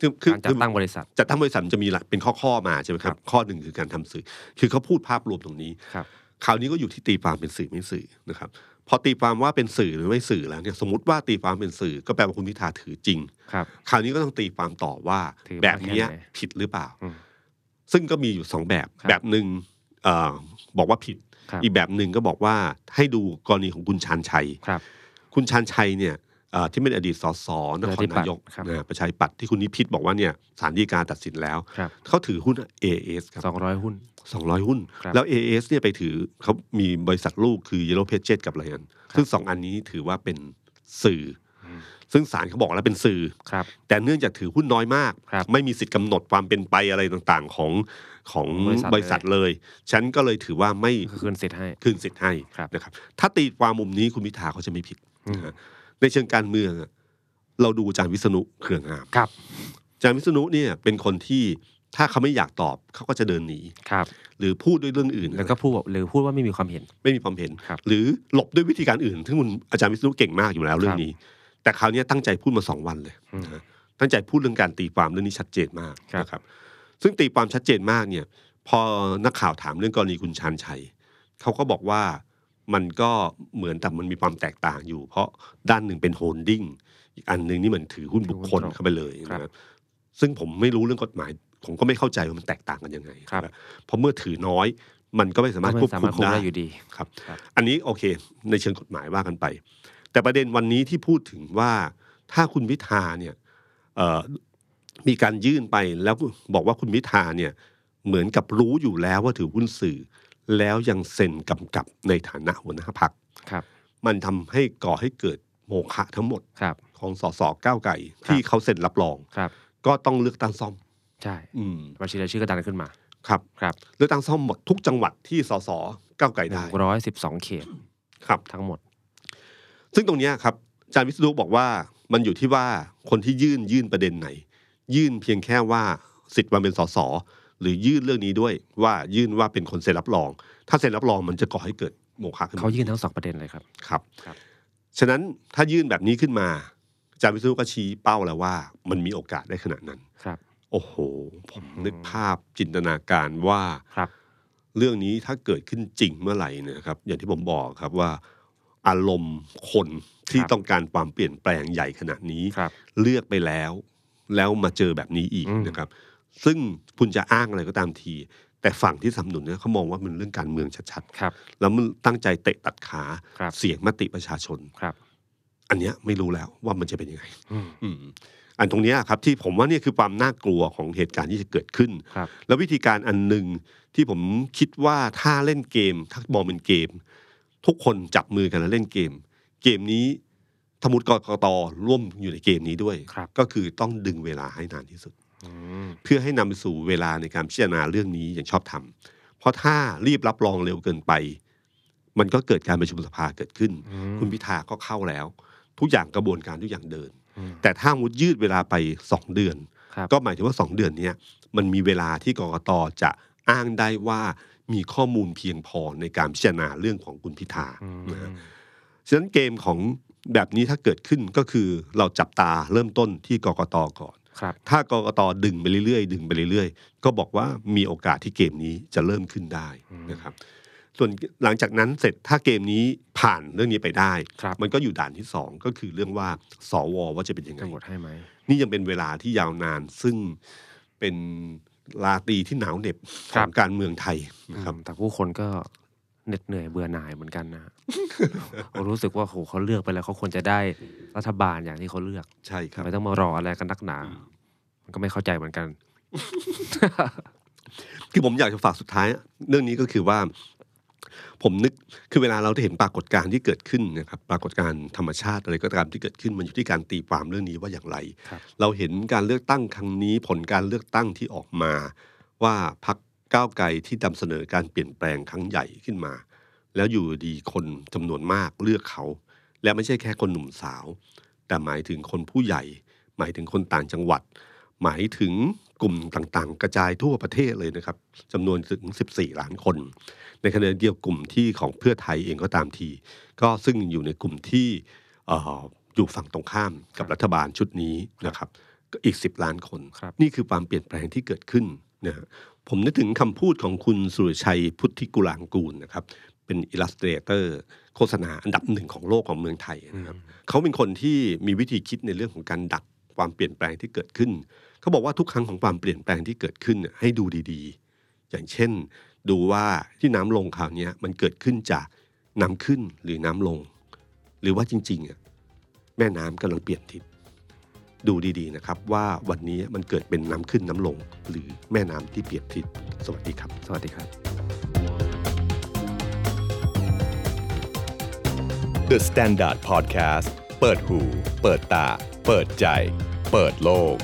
[SPEAKER 2] คือคือ
[SPEAKER 3] การจัดตั้งบริษัท
[SPEAKER 2] จัดตั้งบริษัทมันจะมีหลักเป็นข้อข้อๆมาใช่ไหมครับ ข้อหนึ่งคือการทำสื่อ คือเขาพูดภาพรวมตรงนี้
[SPEAKER 3] ครับ
[SPEAKER 2] คราวนี้ก็อยู่ที่ตีความเป็นสื่อไม่สื่อนะครับ พอตีความว่าเป็นสื่อหรือไม่สื่อแล้วเนี่ยสมมติว่าตีความเป็นสื่อก็แปลว่าคุณพิธาถือจริง
[SPEAKER 3] ครับ
[SPEAKER 2] คราวนี้ก็ต้องตีความต่อว่า
[SPEAKER 3] ถือมา
[SPEAKER 2] แบบเนี้ย
[SPEAKER 3] แค่ไหน
[SPEAKER 2] ผิดหรือเปล่า
[SPEAKER 3] อืม
[SPEAKER 2] ซึ่งก็มีอยู่สองแบบ
[SPEAKER 3] ครับ
[SPEAKER 2] แบบหนึ่งเอ่อบอกว่าผิด
[SPEAKER 3] ครับ
[SPEAKER 2] อีกแบบหนึ่งก็บอกว่าให้ดูกรณีของคุณชานชัย
[SPEAKER 3] ครับ
[SPEAKER 2] คุณชานชัยเนี่ยเอ่อที่เป็นอดีตสสนครนายก
[SPEAKER 3] ประชาธิปัตย์ครับ
[SPEAKER 2] นะประชาธิปัตย์ที่คุณนิพิษบอกว่าเนี่ยศาลฎีกาตัดสินแล้ว
[SPEAKER 3] ครับ
[SPEAKER 2] เขาถือหุ้น AS ครั
[SPEAKER 3] สองร้อยหุ้น
[SPEAKER 2] บ 200 หุ้น
[SPEAKER 3] ครับ
[SPEAKER 2] แล้ว AS เนี่ยไปถือเขามีบริษัทลูกคือ Yellow Pages กับอะไรอันซึ่งสองอันนี้ถือว่าเป็นสื่ออ
[SPEAKER 3] ม
[SPEAKER 2] ซึ่งศาลเขาบอกแล้วเป็นสื่อ
[SPEAKER 3] ครับ
[SPEAKER 2] แต่เนื่องจากถือหุ้นน้อยมาก
[SPEAKER 3] ครับ
[SPEAKER 2] ไม่มีสิทธิ์กำหนดความเป็นไปอะไรต่างๆของของ
[SPEAKER 3] บริษัทเลย
[SPEAKER 2] บริษัทเลย ฉันก็เลยถือว่าไม่
[SPEAKER 3] ก็คือคืนสิทธิ์ให้
[SPEAKER 2] คืนสิทธิ์ให้
[SPEAKER 3] ครับ
[SPEAKER 2] นะครับ ถ้าตีความมุมนี้คุณพิธาเขาจะไม่ผิด
[SPEAKER 3] อืม
[SPEAKER 2] นะฮะในเชิงการเมืองอะเราดูอาจารย์วิษณุเครืองาม
[SPEAKER 3] ครับ
[SPEAKER 2] อาจารย์วิษณุเนี่ยเป็นคนที่ถ้าเขาไม่อยากตอบเขาก็จะเดินหนี
[SPEAKER 3] ครับ
[SPEAKER 2] หรือพูดด้วยเรื่องอื่น
[SPEAKER 3] แล้วก็พูดหรือพูดว่าไม่มีความเห็น
[SPEAKER 2] ไม่มีความเห็น
[SPEAKER 3] ครับ
[SPEAKER 2] หรือหลบด้วยวิธีการอื่นซึ่งคุณอาจารย์วิษณุเก่งมากอยู่แล้วเรื่องนี้ แต่คราวเนี้ยตั้งใจพูดมาสองวันเลย
[SPEAKER 3] อืม
[SPEAKER 2] นะฮะตั้งใจพูดเรื่องการตีความเรื่องนี้ชัดเจนมาก
[SPEAKER 3] ครับ
[SPEAKER 2] นะครับ ซึ่งตีความชัดเจนมากเนี่ย พอนักข่าวถามเรื่องกรณีคุณชานชัยเขาก็บอกว่ามันก็เหมือนแต่มันมีความแตกต่างอยู่ เพราะด้านหนึ่งเป็นโฮลดิ้งอีกอันหนึ่งนี่เหมือนถือหุ้นบุคคลเข้าไปเลย
[SPEAKER 3] ครับ
[SPEAKER 2] นะครับซึ่งผมไม่รู้เรื่องกฎหมาย ผมก็ไม่เข้าใจว่ามันแตกต่างกันยังไงนะเพราะเมื่อถือน้อย มันก็ไม่สามารถ
[SPEAKER 3] ก็
[SPEAKER 2] ควบ
[SPEAKER 3] สา
[SPEAKER 2] คุ
[SPEAKER 3] มารถ
[SPEAKER 2] ม
[SPEAKER 3] คุม
[SPEAKER 2] ได้
[SPEAKER 3] ได้อยู่ดี
[SPEAKER 2] ครับ
[SPEAKER 3] ครับ
[SPEAKER 2] อันนี้โอเค ในเชิงกฎหมายว่ากันไป แต่ประเด็นวันนี้ที่พูดถึงว่าถ้าคุณพิธาเนี่ยเอ่อมีการยื่นไปแล้วบอกว่าคุณพิธาเนี่ยเหมือนกับรู้อยู่แล้วว่าถือหุ้นสื่อ แล้วยังเซ็นกำกับในฐานะหัวหน้าพัก
[SPEAKER 3] ครับ
[SPEAKER 2] มันทำให้ก่อให้เกิดโมฆะทั้งหมด
[SPEAKER 3] ครับ
[SPEAKER 2] ของสสก้าวไก่ ที่เขาเซ็นรับรอง
[SPEAKER 3] ครับ
[SPEAKER 2] ก็ต้องเลือกตั้งซ่อม
[SPEAKER 3] ใช่
[SPEAKER 2] อืม
[SPEAKER 3] บัญชีรายชื่อก็ดันขึ้นมา
[SPEAKER 2] ครับ
[SPEAKER 3] ครับ
[SPEAKER 2] เลือกตั้งซ่อมหมดทุกจังหวัดที่สสก้าวไก่
[SPEAKER 3] ห
[SPEAKER 2] ได้
[SPEAKER 3] นึ่งร้อยสิบสองเขต
[SPEAKER 2] ครับ
[SPEAKER 3] ทั้งหมด
[SPEAKER 2] ซึ่งตรงเนี้ยครับอาจารย์วิศนุบอกว่ามันอยู่ที่ว่าคนที่ยื่นยื่นประเด็นไหน ยื่นเพียงแค่ว่าสิทธิ์มันเป็นสสหรือยื่นเรื่องนี้ด้วยว่ายื่นว่าเป็นคนเซ็นรับรอง ถ้าเซ็นรับรองมันจะก่อให้เกิดโมฆะขึ้นม
[SPEAKER 3] เขายื่นทั้งสองประเด็นเลยครับ
[SPEAKER 2] ครับ
[SPEAKER 3] ครับ
[SPEAKER 2] ฉะนั้นถ้ายื่นแบบนี้ขึ้นมาอาจารย์วิศนุก็ชี้เป้าแล้วว่า มันมีโอกาสได้ขนาดนั้น
[SPEAKER 3] ครับ
[SPEAKER 2] โอ้โห ผมนึกภาพจินตนาการว่า
[SPEAKER 3] ครับ
[SPEAKER 2] เรื่องนี้ถ้าเกิดขึ้นจริงเมื่อไหร่เนยนะครับ อย่างที่ผมบอกครับว่า อารมณ์คนที่
[SPEAKER 3] ครับ
[SPEAKER 2] ต้องการความเปลี่ยนแปลงใหญ่ขนาดนี้
[SPEAKER 3] ครับ
[SPEAKER 2] เลือกไปแล้ว แล้วมาเจอแบบนี้อีก
[SPEAKER 3] อืม
[SPEAKER 2] นะครับ ซึ่งคุณจะอ้างอะไรก็ตามที แต่ฝั่งที่สนับสนุนเนี่ยเขามองว่ามันเรื่องการเมืองชัด
[SPEAKER 3] ครับ
[SPEAKER 2] ๆ แล้วมันตั้งใจเตะตัดขา
[SPEAKER 3] ครับ
[SPEAKER 2] เสียงมติประชาชน
[SPEAKER 3] ครับ
[SPEAKER 2] อันเนี้ยไม่รู้แล้วว่ามันจะเป็นยังไง
[SPEAKER 3] อืม
[SPEAKER 2] อืมอันตรงเนี้ยครับที่ผมว่าเนี่ยคือความน่ากลัวของเหตุการณ์ที่จะเกิดขึ้น
[SPEAKER 3] ครับ
[SPEAKER 2] แล้ววิธีการอันหนึ่งที่ผมคิดว่าถ้าเล่นเกม ถ้ามองเป็นเกม ทุกคนจับมือกันแล้วเล่นเกม เกมนี้ธมุดกกตร่วมอยู่ในเกมนี้ด้วย
[SPEAKER 3] ครับ
[SPEAKER 2] ก็คือต้องดึงเวลาให้นานที่สุด
[SPEAKER 3] อืม
[SPEAKER 2] เพื่อให้นำไปสู่เวลาในการพิจารณาเรื่องนี้อย่างชอบธรรมเพราะถ้ารีบรับรองเร็วเกินไป มันก็เกิดการประชุมสภาเกิดขึ้น
[SPEAKER 3] อืม
[SPEAKER 2] คุณพิธาก็เข้าแล้ว ทุกอย่างกระบวนการทุกอย่างเดิน
[SPEAKER 3] อืม
[SPEAKER 2] แต่ถ้ามุดยืดเวลาไปสองเดือน
[SPEAKER 3] ครับ
[SPEAKER 2] ก็หมายถึงว่า 2 เดือนเนี้ยมันมีเวลาที่กกตจะอ้างได้ว่ามีข้อมูลเพียงพอในการพิจารณาเรื่องของคุณพิธา
[SPEAKER 3] อืม
[SPEAKER 2] นะฮะฉะนั้นเกมของแบบนี้ถ้าเกิดขึ้นก็คือเราจับตาเริ่มต้นที่กกตก่อน
[SPEAKER 3] ครับ
[SPEAKER 2] ถ้ากกตดึงไปเรื่อยๆดึงไปเรื่อยๆ ก็บอกว่ามีโอกาสที่เกมนี้จะเริ่มขึ้นได้
[SPEAKER 3] อืม
[SPEAKER 2] นะครับ ส่วนหลังจากนั้นเสร็จถ้าเกมนี้ผ่านเรื่องนี้ไปได้
[SPEAKER 3] ครับ
[SPEAKER 2] มันก็อยู่ด่านที่สองก็คือเรื่องว่าสวว่าจะเป็นยังไง
[SPEAKER 3] จะโหวตให้ไหม
[SPEAKER 2] นี่ยังเป็นเวลาที่ยาวนานซึ่งเป็นราตรีที่หนาวเหน็บข
[SPEAKER 3] ค
[SPEAKER 2] อ
[SPEAKER 3] รั
[SPEAKER 2] บ งการเมืองไทยนะครับ
[SPEAKER 3] อืมแต่ผู้คนก็เหน็ดเหนื่อยเบื่อหน่ายเหมือนกัน นะฮะ ผมรู้สึกว่าโหเขาเลือกไปแล้วเขาควรจะได้รัฐบาลอย่างที่เขาเลือก
[SPEAKER 2] ใช่ครับ
[SPEAKER 3] ไม่ต้องมารออะไรกันนักหนา มันก็ไม่เข้าใจเหมือนกัน
[SPEAKER 2] คือผมอยากจะฝากสุดท้าย เรื่องนี้ก็คือว่า ผมนึกคือเวลาเราได้เห็นปรากฏการณ์ที่เกิดขึ้นนะครับ ปรากฏการณ์ธรรมชาติอะไรก็ตามที่เกิดขึ้นมันอยู่ที่การตีความเรื่องนี้ว่าอย่างไร
[SPEAKER 3] ครับ
[SPEAKER 2] เราเห็นการเลือกตั้งครั้งนี้ ผลการเลือกตั้งที่ออกมา ว่าพักก้าวไกลที่นำเสนอการเปลี่ยนแปลงครั้งใหญ่ขึ้นมา แล้วอยู่ดีคนจำนวนมากเลือกเขา และไม่ใช่แค่คนหนุ่มสาว แต่หมายถึงคนผู้ใหญ่ หมายถึงคนต่างจังหวัด หมายถึงกลุ่มต่างๆ กระจายทั่วประเทศเลยนะครับจำนวนถึง 14 ล้านคน ในขณะเดียวกลุ่มที่ของเพื่อไทยเองก็ตามที ก็ซึ่งอยู่ในกลุ่มที่เอ่ออยู่ฝั่งตรงข้ามกับรัฐบาลชุดนี้นะครับ ก็อีก 10 ล้านคน
[SPEAKER 3] ครับ
[SPEAKER 2] นี่คือความเปลี่ยนแปลงที่เกิดขึ้นนะฮะผมนึกถึงคำพูดของคุณสุรชัยพุทธิกุลางกูลนะครับ เป็นอิลลัสเตรเตอร์โฆษณาอันดับหนึ่งของโลกของเมืองไทยนะครับ เขาเป็นคนที่มีวิธีคิดในเรื่องของการดักความเปลี่ยนแปลงที่เกิดขึ้น เขาบอกว่าทุกครั้งของความเปลี่ยนแปลงที่เกิดขึ้นเนี่ยให้ดูดีๆ อย่างเช่น ดูว่าที่น้ำลงคราวเนี้ยมันเกิดขึ้นจากน้ำขึ้นหรือน้ำลง หรือว่าจริงๆอะแม่น้ำกำลังเปลี่ยนทิศดูดีๆนะครับ ว่าวันนี้มันเกิดเป็นน้ำขึ้นน้ำลง หรือแม่น้ำที่เปลี่ยนทิศสวัสดีครับ
[SPEAKER 3] สวัสดีครับ
[SPEAKER 1] The Standard Podcast เปิดหูเปิดตา เปิดใจ เปิดโลก